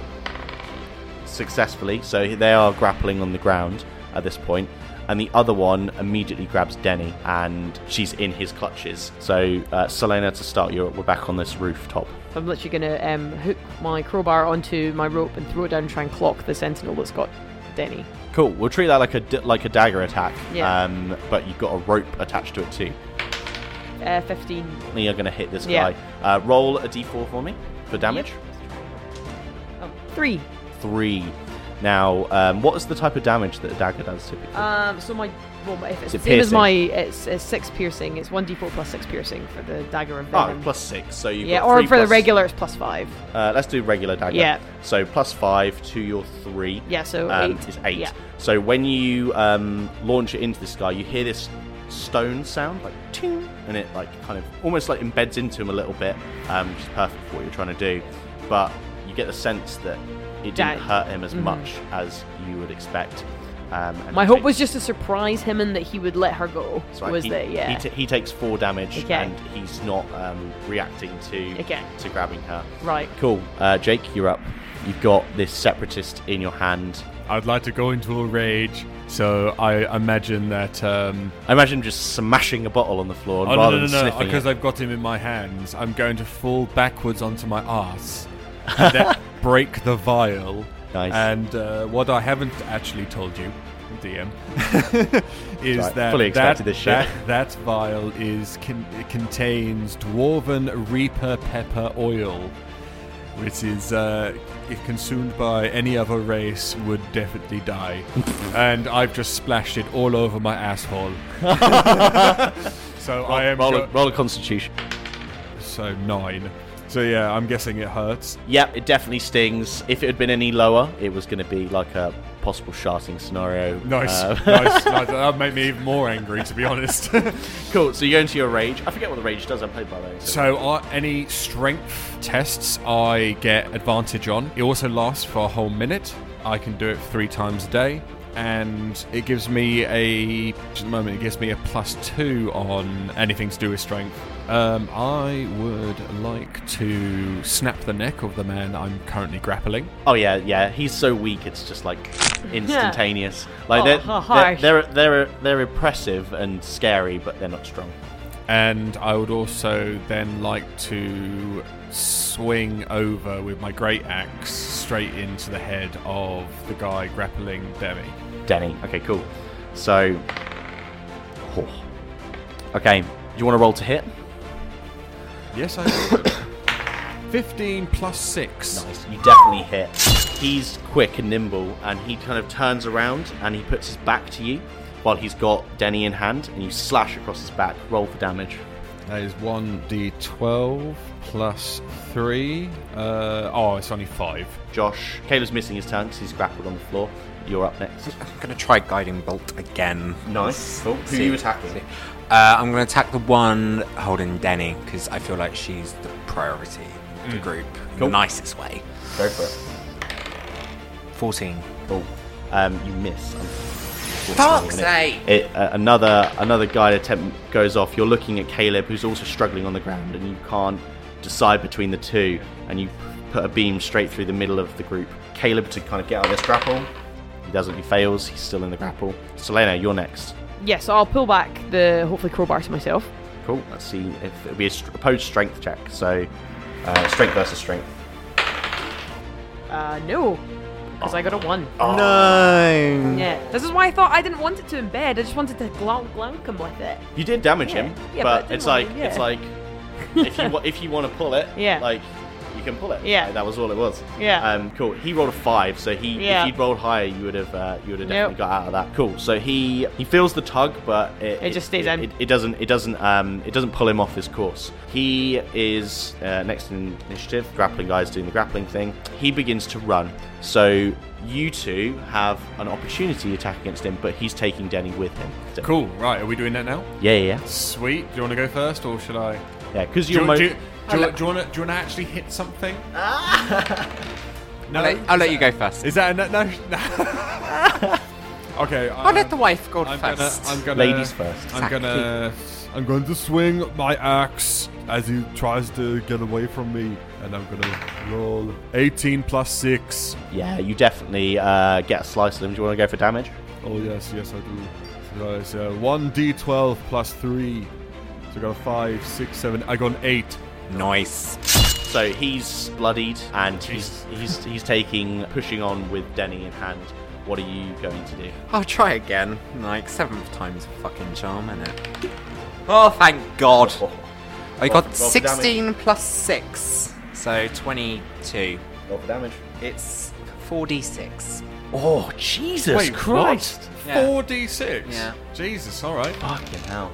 Speaker 3: successfully. So they are grappling on the ground at this point. And the other one immediately grabs Denny and she's in his clutches. So, uh, Selena, to start you, we're back on this rooftop.
Speaker 2: I'm literally gonna um, hook my crowbar onto my rope and throw it down and try and clock the sentinel that's got Denny.
Speaker 3: Cool. We'll treat that like a, d- like a dagger attack.
Speaker 2: Yeah.
Speaker 3: Um, but you've got a rope attached to it too.
Speaker 2: Uh, Fifteen.
Speaker 3: You're going to hit this
Speaker 2: Yeah.
Speaker 3: guy. Uh, roll a d4 for me for damage.
Speaker 2: Oh, three.
Speaker 3: Three. Now, um, what is the type of damage that a dagger does typically?
Speaker 2: Um, so my well, if it's
Speaker 3: Is it
Speaker 2: the same as
Speaker 3: piercing?
Speaker 2: my it's, it's six piercing. It's one d4 plus six piercing for the dagger of
Speaker 3: Oh,
Speaker 2: venom.
Speaker 3: plus six. So you
Speaker 2: yeah, or for the regular, it's plus five.
Speaker 3: Uh, let's do regular dagger.
Speaker 2: Yeah.
Speaker 3: So plus five to your three.
Speaker 2: Yeah, so
Speaker 3: um,
Speaker 2: eight.
Speaker 3: is eight.
Speaker 2: Yeah.
Speaker 3: So when you um, launch it into this guy, you hear this stone sound, like ting, and it like kind of almost like embeds into him a little bit, um, which is perfect for what you're trying to do. But you get the sense that it didn't
Speaker 2: That-
Speaker 3: hurt him as much as you would expect. Um, and
Speaker 2: Mm-hmm. My
Speaker 3: he
Speaker 2: hope
Speaker 3: takes-
Speaker 2: was just to surprise him and that he would let her go.
Speaker 3: that's right,
Speaker 2: Was
Speaker 3: he,
Speaker 2: that yeah?
Speaker 3: He, ta- he takes four damage,
Speaker 2: Okay.
Speaker 3: and he's not um, reacting to
Speaker 2: Okay.
Speaker 3: to grabbing her.
Speaker 2: right.
Speaker 3: Cool. Uh, Jake, you're up. You've got this separatist in your hand.
Speaker 5: I'd like to go into a rage, so I imagine that. Um,
Speaker 3: I imagine him just smashing a bottle on the floor
Speaker 5: oh, no,
Speaker 3: rather
Speaker 5: no,
Speaker 3: than
Speaker 5: no, no,
Speaker 3: sniffing
Speaker 5: because
Speaker 3: it.
Speaker 5: I've got him in my hands. I'm going to fall backwards onto my arse and then break the vial.
Speaker 3: Nice.
Speaker 5: And uh, what I haven't actually told you, DM, is
Speaker 3: Right,
Speaker 5: that
Speaker 3: fully
Speaker 5: that,
Speaker 3: expected this shit.
Speaker 5: that that vial is con- it contains dwarven reaper pepper oil. which is uh, if consumed by any other race would definitely die and i've just splashed it all over my asshole so i am
Speaker 3: roll, a,
Speaker 5: go-
Speaker 3: roll a constitution.
Speaker 5: so nine so yeah i'm guessing it hurts
Speaker 3: Yep, it definitely stings. If it had been any lower, it was going to be like a possible sharting scenario.
Speaker 5: nice
Speaker 3: Uh,
Speaker 5: nice, nice that made me even more angry to be honest
Speaker 3: cool. So you go into your rage. I forget what the rage does. I played by those.
Speaker 5: so are any strength tests i get advantage on it also lasts for a whole minute i can do it three times a day and it gives me a at the moment it gives me a plus two on anything to do with strength. Um, I would like to snap the neck of the man I'm currently grappling.
Speaker 3: Oh yeah, yeah. He's so weak. It's just like instantaneous. Like
Speaker 2: Oh,
Speaker 3: they're,
Speaker 2: how
Speaker 3: they're
Speaker 2: harsh.
Speaker 3: they're they're they're impressive and scary, but they're not strong.
Speaker 5: And I would also then like to swing over with my great axe straight into the head of the guy grappling Demi.
Speaker 3: Danny. Okay, cool. So, oh. okay. Do you want to roll to hit?
Speaker 5: Yes, I would. 15 plus 6.
Speaker 3: Nice. You definitely hit. He's quick and nimble, and he kind of turns around and he puts his back to you while he's got Denny in hand, and you slash across his back. Roll for damage.
Speaker 5: That is 1d12 plus 3. Uh, oh, it's only 5.
Speaker 3: Josh, Caleb's missing his turn because he's grappled on the floor. You're up next.
Speaker 4: I'm gonna try guiding bolt again.
Speaker 3: Nice. Cool. Who
Speaker 4: See-
Speaker 3: are you attacking?
Speaker 4: see. Uh, I'm gonna attack the one holding Denny because I feel like she's the priority of
Speaker 5: Mm.
Speaker 4: the group in
Speaker 3: Cool.
Speaker 4: the nicest way.
Speaker 3: Go for it.
Speaker 4: 14.
Speaker 3: Cool. Um, you miss.
Speaker 4: Fuck's
Speaker 3: Unfortunately,
Speaker 4: sake!
Speaker 3: It, it- uh, another another guide attempt goes off. You're looking at Caleb, who's also struggling on the ground, and you can't decide between the two. And you put a beam straight through the middle of the group. Caleb to kind of get out of this grapple. He doesn't. He fails. He's still in the grapple. Selena, you're next.
Speaker 2: Yeah, so I'll pull back the hopefully crowbar to myself.
Speaker 3: Cool. Let's see if it'll be a st- opposed strength check. So uh, strength versus strength.
Speaker 2: Uh, no, because I got a one.
Speaker 8: No.
Speaker 2: Yeah, this is why I thought I didn't want it to embed. I just wanted to glunk glunk him with it.
Speaker 3: You did damage
Speaker 2: Yeah.
Speaker 3: him,
Speaker 2: Yeah, but I
Speaker 3: but
Speaker 2: did
Speaker 3: it's
Speaker 2: want
Speaker 3: like
Speaker 2: to-
Speaker 3: it's
Speaker 2: yeah.
Speaker 3: like if you wa- if you want to pull it,
Speaker 2: Yeah.
Speaker 3: like you can pull it.
Speaker 2: Yeah.
Speaker 3: Like, that was all it was.
Speaker 2: Yeah.
Speaker 3: Um, cool. He rolled a five, so he
Speaker 2: Yeah.
Speaker 3: if he'd rolled higher, you would have uh, you would have definitely
Speaker 2: Nope.
Speaker 3: got out of that. Cool. So he he feels the tug, but it,
Speaker 2: It just stays
Speaker 3: it,
Speaker 2: in.
Speaker 3: It, it doesn't it doesn't um it doesn't pull him off his course. He is uh, next in initiative. Grappling guy's doing the grappling thing. He begins to run. So. You two have an opportunity attack against him, but he's taking Denny with him. So-
Speaker 5: Cool, right, are we doing that now?
Speaker 3: Yeah, yeah,
Speaker 5: Sweet. Do you want to go first or should I?
Speaker 3: yeah. Because
Speaker 5: Do you,
Speaker 3: you're mo-
Speaker 5: do you, do you, do you want to do you want to actually hit something? no.
Speaker 4: I'll let, I'll let you go first.
Speaker 5: Is that a no? no, no. okay. uh,
Speaker 4: I'll let the wife go
Speaker 5: I'm
Speaker 4: 1st
Speaker 5: gonna, I'm gonna,
Speaker 3: Ladies first.
Speaker 5: I'm gonna, I'm going to swing my axe as he tries to get away from me, and I'm gonna roll 18 plus six.
Speaker 3: Yeah, you definitely uh, get a slice of them. Do you want to go for damage?
Speaker 5: Oh yes, yes I do. So it's uh, one d12 plus three. So I got a five, six, seven. I got an eight.
Speaker 4: Nice.
Speaker 3: So he's bloodied and he's he's he's taking pushing on with Denny in hand. What are you going to do?
Speaker 4: I'll try again. Like, seventh time's a fucking charm, innit? Oh, thank God. I
Speaker 3: Roll
Speaker 4: got
Speaker 3: for damage.
Speaker 4: 16 plus 6. So 22.
Speaker 3: Roll for damage.
Speaker 4: It's 4d6.
Speaker 3: Oh Jesus Christ!
Speaker 4: Yeah.
Speaker 5: Four d6.
Speaker 4: Yeah.
Speaker 5: Jesus. All right.
Speaker 3: Fucking hell!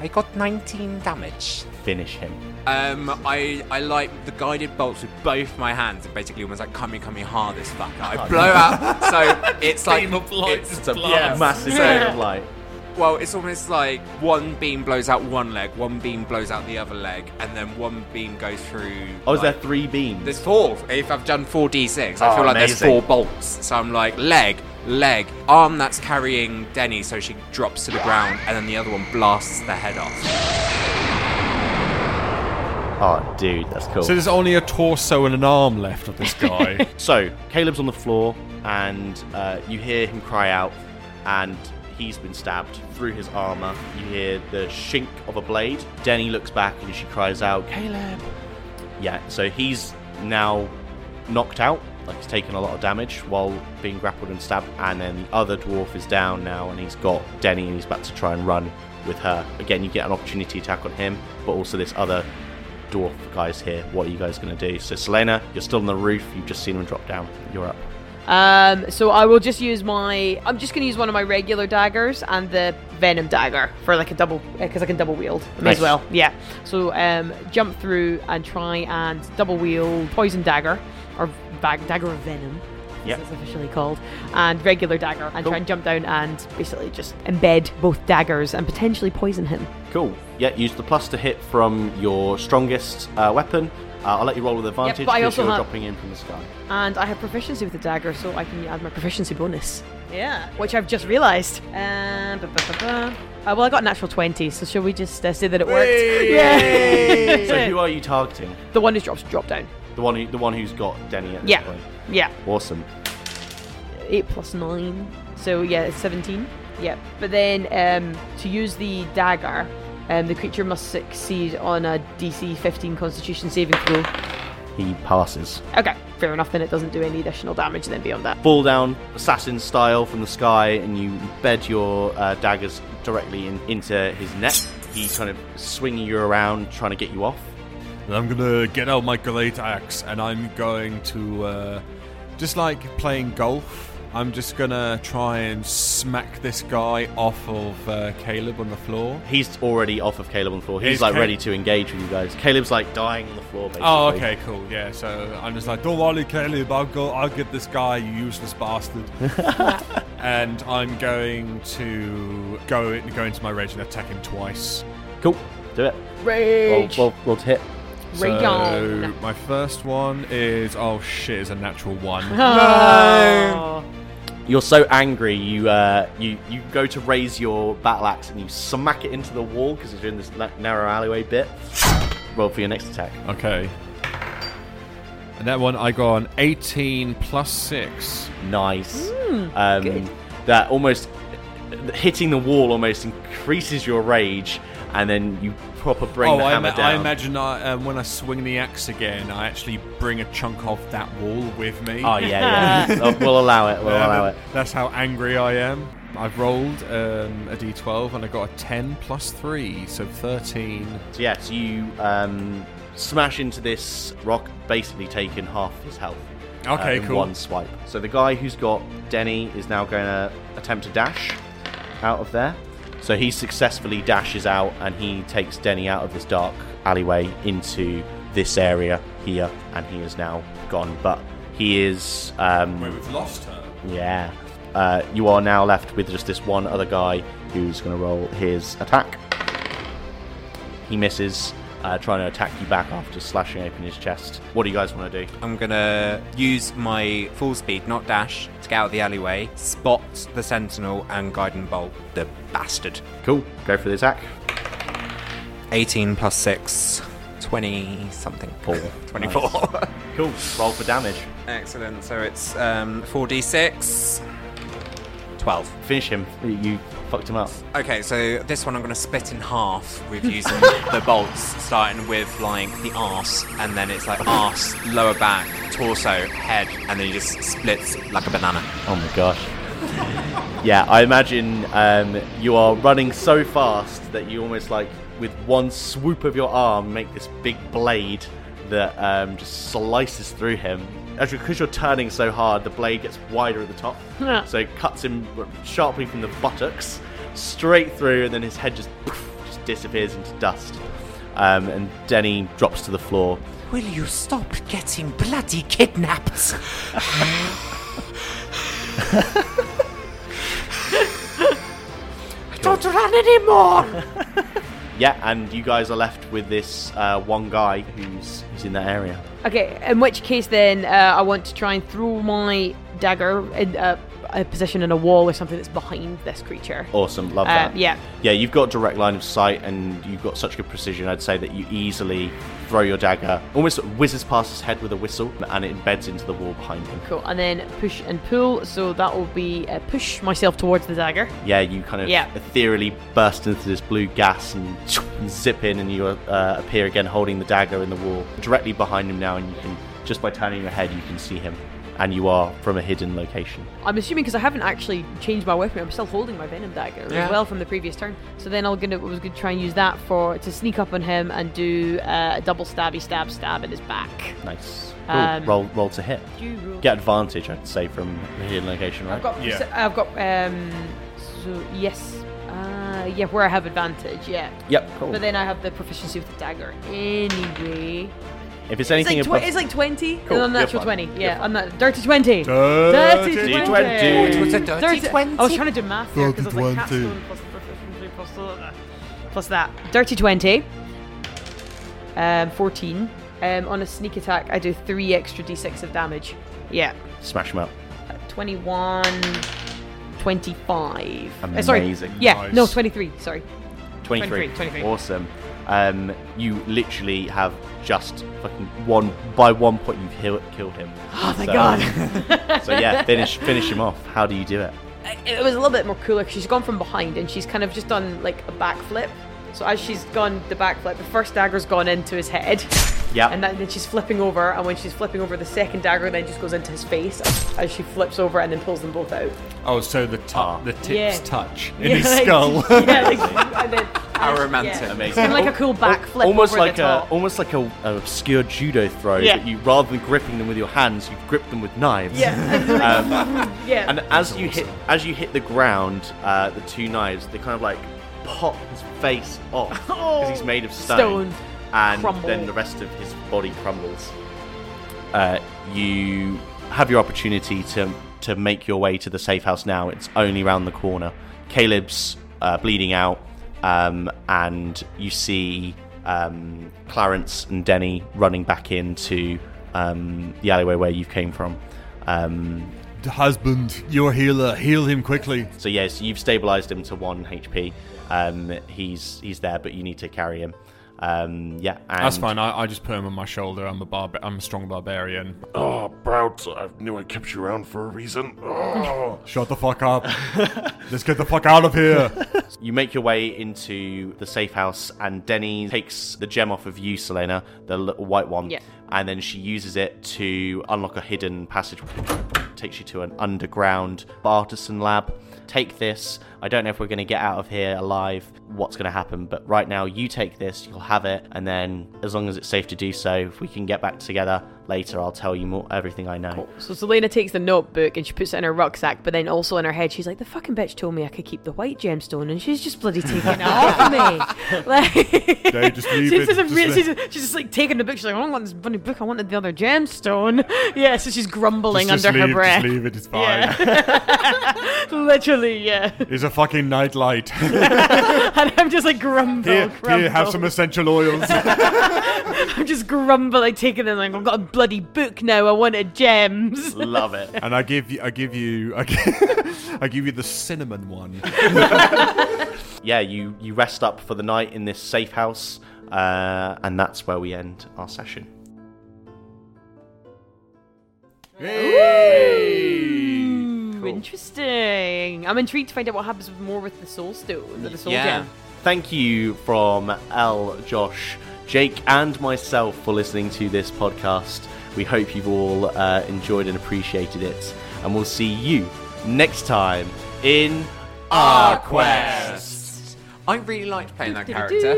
Speaker 4: I got 19 damage.
Speaker 3: Finish him.
Speaker 4: Um, I, I like the guided bolts with both my hands and basically almost like coming, coming hard this fucker. I blow out, so it's like
Speaker 5: Beam of light
Speaker 4: it's
Speaker 5: just
Speaker 3: It's a
Speaker 5: Blast.
Speaker 3: massive ray of light.
Speaker 4: Well, it's almost like one beam blows out one leg, one beam blows out the other leg, and then one beam goes through.
Speaker 3: Oh, is there
Speaker 4: like-
Speaker 3: three beams?
Speaker 4: There's four. If I've done four d6, I
Speaker 3: Oh,
Speaker 4: feel
Speaker 3: amazing.
Speaker 4: like there's four bolts. So I'm like leg, leg, arm that's carrying Denny, so she drops to the ground, and then the other one blasts the head off.
Speaker 3: Oh, dude, that's cool.
Speaker 5: So
Speaker 3: So,
Speaker 5: there's only a torso and an arm left of this guy.
Speaker 3: Caleb's on the floor, and uh, you hear him cry out, and he's been stabbed through his armor. You hear the shink of a blade. Denny looks back and she cries out, "Caleb!" Yeah, so he's now knocked out, like he's taken a lot of damage while being grappled and stabbed, and then the other dwarf is down now and he's got Denny and he's about to try and run with her. Again, you get an opportunity attack on him, but also this other dwarf guy's here. What are you guys gonna do? So Selena, you're still on the roof, you've just seen him drop down. You're up.
Speaker 2: Um, so I will just use my. I'm just gonna use one of my regular daggers and the venom dagger for like a double because I can double wield them
Speaker 3: Nice.
Speaker 2: as well. Yeah. So um, jump through and try and double wield poison dagger or bag dagger of venom. as
Speaker 3: Yep.
Speaker 2: It's officially called, and regular dagger, and try and jump down and basically just embed both daggers and potentially poison him.
Speaker 3: Cool. Yeah, use the plus to hit from your strongest uh, weapon. Uh, I'll let you roll with advantage
Speaker 2: but I
Speaker 3: because
Speaker 2: also
Speaker 3: you're
Speaker 2: have-
Speaker 3: dropping in from the sky.
Speaker 2: And I have proficiency with the dagger, so I can add my proficiency bonus. Yeah. Which I've just realised. Um, ba- ba- ba- ba. Uh, well, I got a natural 20, so shall we just uh, say that it worked? Yeah.
Speaker 3: So who are you targeting?
Speaker 2: the one who drops drop down.
Speaker 3: The one who the one who's got Denny at this
Speaker 2: Yeah.
Speaker 3: point.
Speaker 2: Yeah.
Speaker 3: Awesome.
Speaker 2: 8 plus 9. So yeah, it's 17. Yeah. But then um, to use the dagger, um, the creature must succeed on a DC 15 constitution saving throw.
Speaker 3: He passes.
Speaker 2: Okay, fair enough, then it doesn't do any additional damage then beyond that.
Speaker 3: Fall down, assassin style from the sky, and you bed your uh, daggers directly in, into his neck. He's kind of swinging you around, trying to get you off.
Speaker 5: And I'm gonna get out my great axe and I'm going to, uh, just like playing golf, I'm just gonna try and smack this guy off of uh, Caleb on the floor.
Speaker 3: He's already off of Caleb on the floor. He's
Speaker 5: Is
Speaker 3: like
Speaker 5: Ca-
Speaker 3: ready to engage with you guys. Caleb's like dying on the floor. Basically.
Speaker 5: Oh, okay, cool. Yeah, so I'm just like, don't worry, Caleb. I'll go. I'll get this guy, you useless bastard. and I'm going to go go into my rage and attack him twice.
Speaker 3: Cool. Do it. Roll,
Speaker 2: Rage.
Speaker 3: roll, roll to hit.
Speaker 5: So
Speaker 2: Rayon.
Speaker 5: my first one is oh shit, is a natural one.
Speaker 2: No.
Speaker 3: You're so angry, you uh, you you go to raise your battle axe and you smack it into the wall because you're in this na- narrow alleyway bit. Roll for your next attack.
Speaker 5: okay. And that one I got an 18 plus six.
Speaker 3: Nice. um, That almost hitting the wall almost increases your rage, and then you proper bring
Speaker 5: oh,
Speaker 3: the
Speaker 5: I,
Speaker 3: hammer
Speaker 5: ma-
Speaker 3: down.
Speaker 5: I imagine I, um, when I swing the axe again, I actually bring a chunk off that wall with me.
Speaker 3: Oh yeah, yeah. Oh, we'll allow it. We'll
Speaker 5: Um,
Speaker 3: allow it.
Speaker 5: That's how angry I am. I've rolled um, a d12 and I got a 10 plus 3, so 13.
Speaker 3: So yes, you um, smash into this rock, basically taking half his health. uh,
Speaker 5: Okay,
Speaker 3: in
Speaker 5: cool.
Speaker 3: One swipe. So the guy who's got Denny is now going to attempt to dash out of there. So he successfully dashes out and he takes Denny out of this dark alleyway into this area here, and he is now gone. But he is um,
Speaker 5: we've lost her.
Speaker 3: yeah. Uh, you are now left with just this one other guy who's going to roll his attack. He misses, uh, trying to attack you back after slashing open his chest. What do you guys want to do?
Speaker 4: I'm gonna use my full speed, not dash, to get out of the alleyway, spot the sentinel, and guiding bolt the bastard.
Speaker 3: Cool. Go for the attack.
Speaker 4: 18 plus 6, 20 something.
Speaker 3: Four.
Speaker 4: 24.
Speaker 3: Cool. Roll for damage.
Speaker 4: Excellent. So it's um, 4d6, 12.
Speaker 3: Finish him. You fucked him up.
Speaker 4: Okay, so this one I'm going to split in half with using the bolts, starting with like the arse, and then it's like arse, lower back, torso, head, and then he just splits like a banana.
Speaker 3: Oh my gosh. yeah, I imagine um, you are running so fast that you almost like, with one swoop of your arm, make this big blade that um, just slices through him. As you, because you're turning so hard, the blade gets wider at the top,
Speaker 2: Yeah.
Speaker 3: so it cuts him sharply from the buttocks straight through, and then his head just, poof, just disappears into dust. Um, and Denny drops to the floor.
Speaker 4: Will you stop getting bloody kidnapped? Don't run anymore!
Speaker 3: Yeah, and you guys are left with this uh, one guy who's who's in that area.
Speaker 2: Okay, in which case then uh, I want to try and throw my dagger in uh, a position in a wall or something that's behind this creature.
Speaker 3: Awesome, love
Speaker 2: Uh,
Speaker 3: that.
Speaker 2: yeah.
Speaker 3: yeah. You've got direct line of sight, and you've got such good precision. I'd say that you easily throw your dagger, almost whizzes past his head with a whistle, and it embeds into the wall behind him.
Speaker 2: Cool, and then push and pull, so that will be uh, push myself towards the dagger.
Speaker 3: Yeah, you kind of
Speaker 2: Yeah.
Speaker 3: ethereally burst into this blue gas and zip in, and you uh, appear again holding the dagger in the wall directly behind him now, and you can just by turning your head you can see him, and you are from a hidden location.
Speaker 2: I'm assuming because I haven't actually changed my weaponry, I'm still holding my venom dagger
Speaker 4: Yeah.
Speaker 2: as well from the previous turn. So then I'm gonna I was gonna try and use that for to sneak up on him and do uh, a double stabby stab stab in his back.
Speaker 3: Nice. Cool.
Speaker 2: Um,
Speaker 3: roll, roll to hit.
Speaker 2: You roll-
Speaker 3: Get advantage, I'd say, from the hidden location, right?
Speaker 2: I've got.
Speaker 5: Yeah.
Speaker 2: I've got. Um. So yes. Uh, yeah, where I have advantage. Yeah.
Speaker 3: Yep. Cool.
Speaker 2: But then I have the proficiency with the dagger. Anyway.
Speaker 3: if it's
Speaker 2: It's
Speaker 3: anything
Speaker 2: like,
Speaker 3: above,
Speaker 2: tw- it's like 20.
Speaker 3: Cool,
Speaker 2: An
Speaker 3: you're
Speaker 2: unnatural
Speaker 3: fine.
Speaker 2: 20. Yeah, on that. Dirty 20.
Speaker 5: Dirty
Speaker 2: 20.
Speaker 3: 20.
Speaker 4: What's a dirty
Speaker 2: Dirty
Speaker 4: 20?
Speaker 2: I was trying to do math there because I was like capstone plus the proficiency plus the- plus that. Dirty 20. Um, 14. Um, on a sneak attack, I do 3 extra d6 of damage. Yeah.
Speaker 3: smash him up.
Speaker 2: Uh, 21. 25. Uh,
Speaker 3: Amazing.
Speaker 2: sorry. Yeah, no,
Speaker 5: Nice.
Speaker 2: 23. Sorry.
Speaker 3: 23.
Speaker 2: 23, 23.
Speaker 3: Awesome. Um, you literally have just fucking one by one point you've heal- killed him.
Speaker 2: Oh, thank
Speaker 3: So-
Speaker 2: God.
Speaker 3: so yeah, finish finish him off. How do you do it?
Speaker 2: It was a little bit more cooler 'cause she's gone from behind and she's kind of just done like a backflip. So as she's gone the backflip, the first dagger's gone into his head.
Speaker 3: Yeah.
Speaker 2: And then then she's flipping over, and when she's flipping over, the second dagger then just goes into his face as she flips over and then pulls them both out.
Speaker 5: Oh, so the t-
Speaker 3: Ah.
Speaker 5: the tips
Speaker 2: Yeah.
Speaker 5: touch in his
Speaker 2: like-
Speaker 5: skull.
Speaker 2: yeah, like, and then,
Speaker 4: How romantic.
Speaker 3: Amazing.
Speaker 2: And like a cool backflip.
Speaker 3: almost
Speaker 2: over
Speaker 3: like
Speaker 2: the
Speaker 3: a
Speaker 2: top.
Speaker 3: almost like a, an obscure judo throw
Speaker 2: Yeah.
Speaker 3: that you rather than gripping them with your hands, you grip them with knives.
Speaker 2: Yeah.
Speaker 3: Um,
Speaker 2: yeah.
Speaker 3: and as you hit as you hit the ground, uh, the two knives they kind of like pop his face off because he's made of stone,
Speaker 2: Oh. Stone.
Speaker 3: and
Speaker 2: Crumble.
Speaker 3: then the rest of his body crumbles. Uh, you have your opportunity to to make your way to the safe house now. It's only round the corner. Caleb's uh, bleeding out, um, and you see um, Clarence and Denny running back into um, the alleyway where you came from. Um,
Speaker 5: Husband, your healer, heal him quickly.
Speaker 3: so yes, you've stabilized him to one HP. Um, he's he's there, but you need to carry him. Um, yeah, and
Speaker 5: That's fine. I, I just put him on my shoulder. I'm a barb- I'm a strong barbarian.
Speaker 6: Oh, Brout, I knew I kept you around for a reason. Oh.
Speaker 5: Shut the fuck up. Let's get the fuck out of here.
Speaker 3: You make your way into the safe house, and Denny takes the gem off of you, Selena, the little white one,
Speaker 2: Yeah.
Speaker 3: and then she uses it to unlock a hidden passage. Takes you to an underground artisan lab. Take this. I don't know if we're going to get out of here alive, what's going to happen, but right now you take this, you'll have it, and then as long as it's safe to do so, if we can get back together later, I'll tell you more, everything I know.
Speaker 2: So Selena takes the notebook and she puts it in her rucksack, but then also in her head, she's like, "The fucking bitch told me I could keep the white gemstone, and she's just bloody taking it off of me." Like,
Speaker 5: No, just leave
Speaker 2: she's,
Speaker 5: it,
Speaker 2: just a
Speaker 5: just
Speaker 2: real-
Speaker 5: leave-
Speaker 2: she's, just- she's just like taking the book. She's like, "I don't want this funny book. I wanted the other gemstone." Yeah, so she's grumbling
Speaker 5: Just- just
Speaker 2: under
Speaker 5: leave,
Speaker 2: her breath.
Speaker 5: Just leave it. It's fine.
Speaker 2: Literally, yeah.
Speaker 5: It's a fucking nightlight.
Speaker 2: And I'm just like grumble,
Speaker 5: here,
Speaker 2: grumble.
Speaker 5: here, have some essential oils.
Speaker 2: I'm just grumble, like taking them. Like I've got a bloody book now. I wanted gems.
Speaker 3: Love it.
Speaker 5: and I give you, I give you, I give, I give you the cinnamon one.
Speaker 3: yeah, you you rest up for the night in this safe house, uh, and that's where we end our session.
Speaker 2: Ooh, Hmm, Interesting. I'm intrigued to find out what happens with more with the soul stone, with the soul
Speaker 4: Yeah.
Speaker 2: gem.
Speaker 3: Thank you from L, Josh, Jake, and myself for listening to this podcast. We hope you've all uh, enjoyed and appreciated it, and we'll see you next time in our
Speaker 4: I really liked playing that character.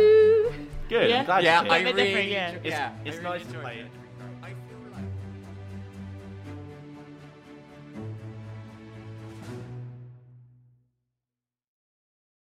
Speaker 3: Good.
Speaker 2: Yeah.
Speaker 3: I'm glad you
Speaker 4: Yeah,
Speaker 3: did.
Speaker 4: I
Speaker 2: bit different,
Speaker 4: really.
Speaker 2: yeah.
Speaker 4: yeah,
Speaker 3: It's,
Speaker 4: I
Speaker 3: it's
Speaker 4: really
Speaker 3: nice to
Speaker 4: enjoyed
Speaker 3: play
Speaker 4: it.
Speaker 3: it.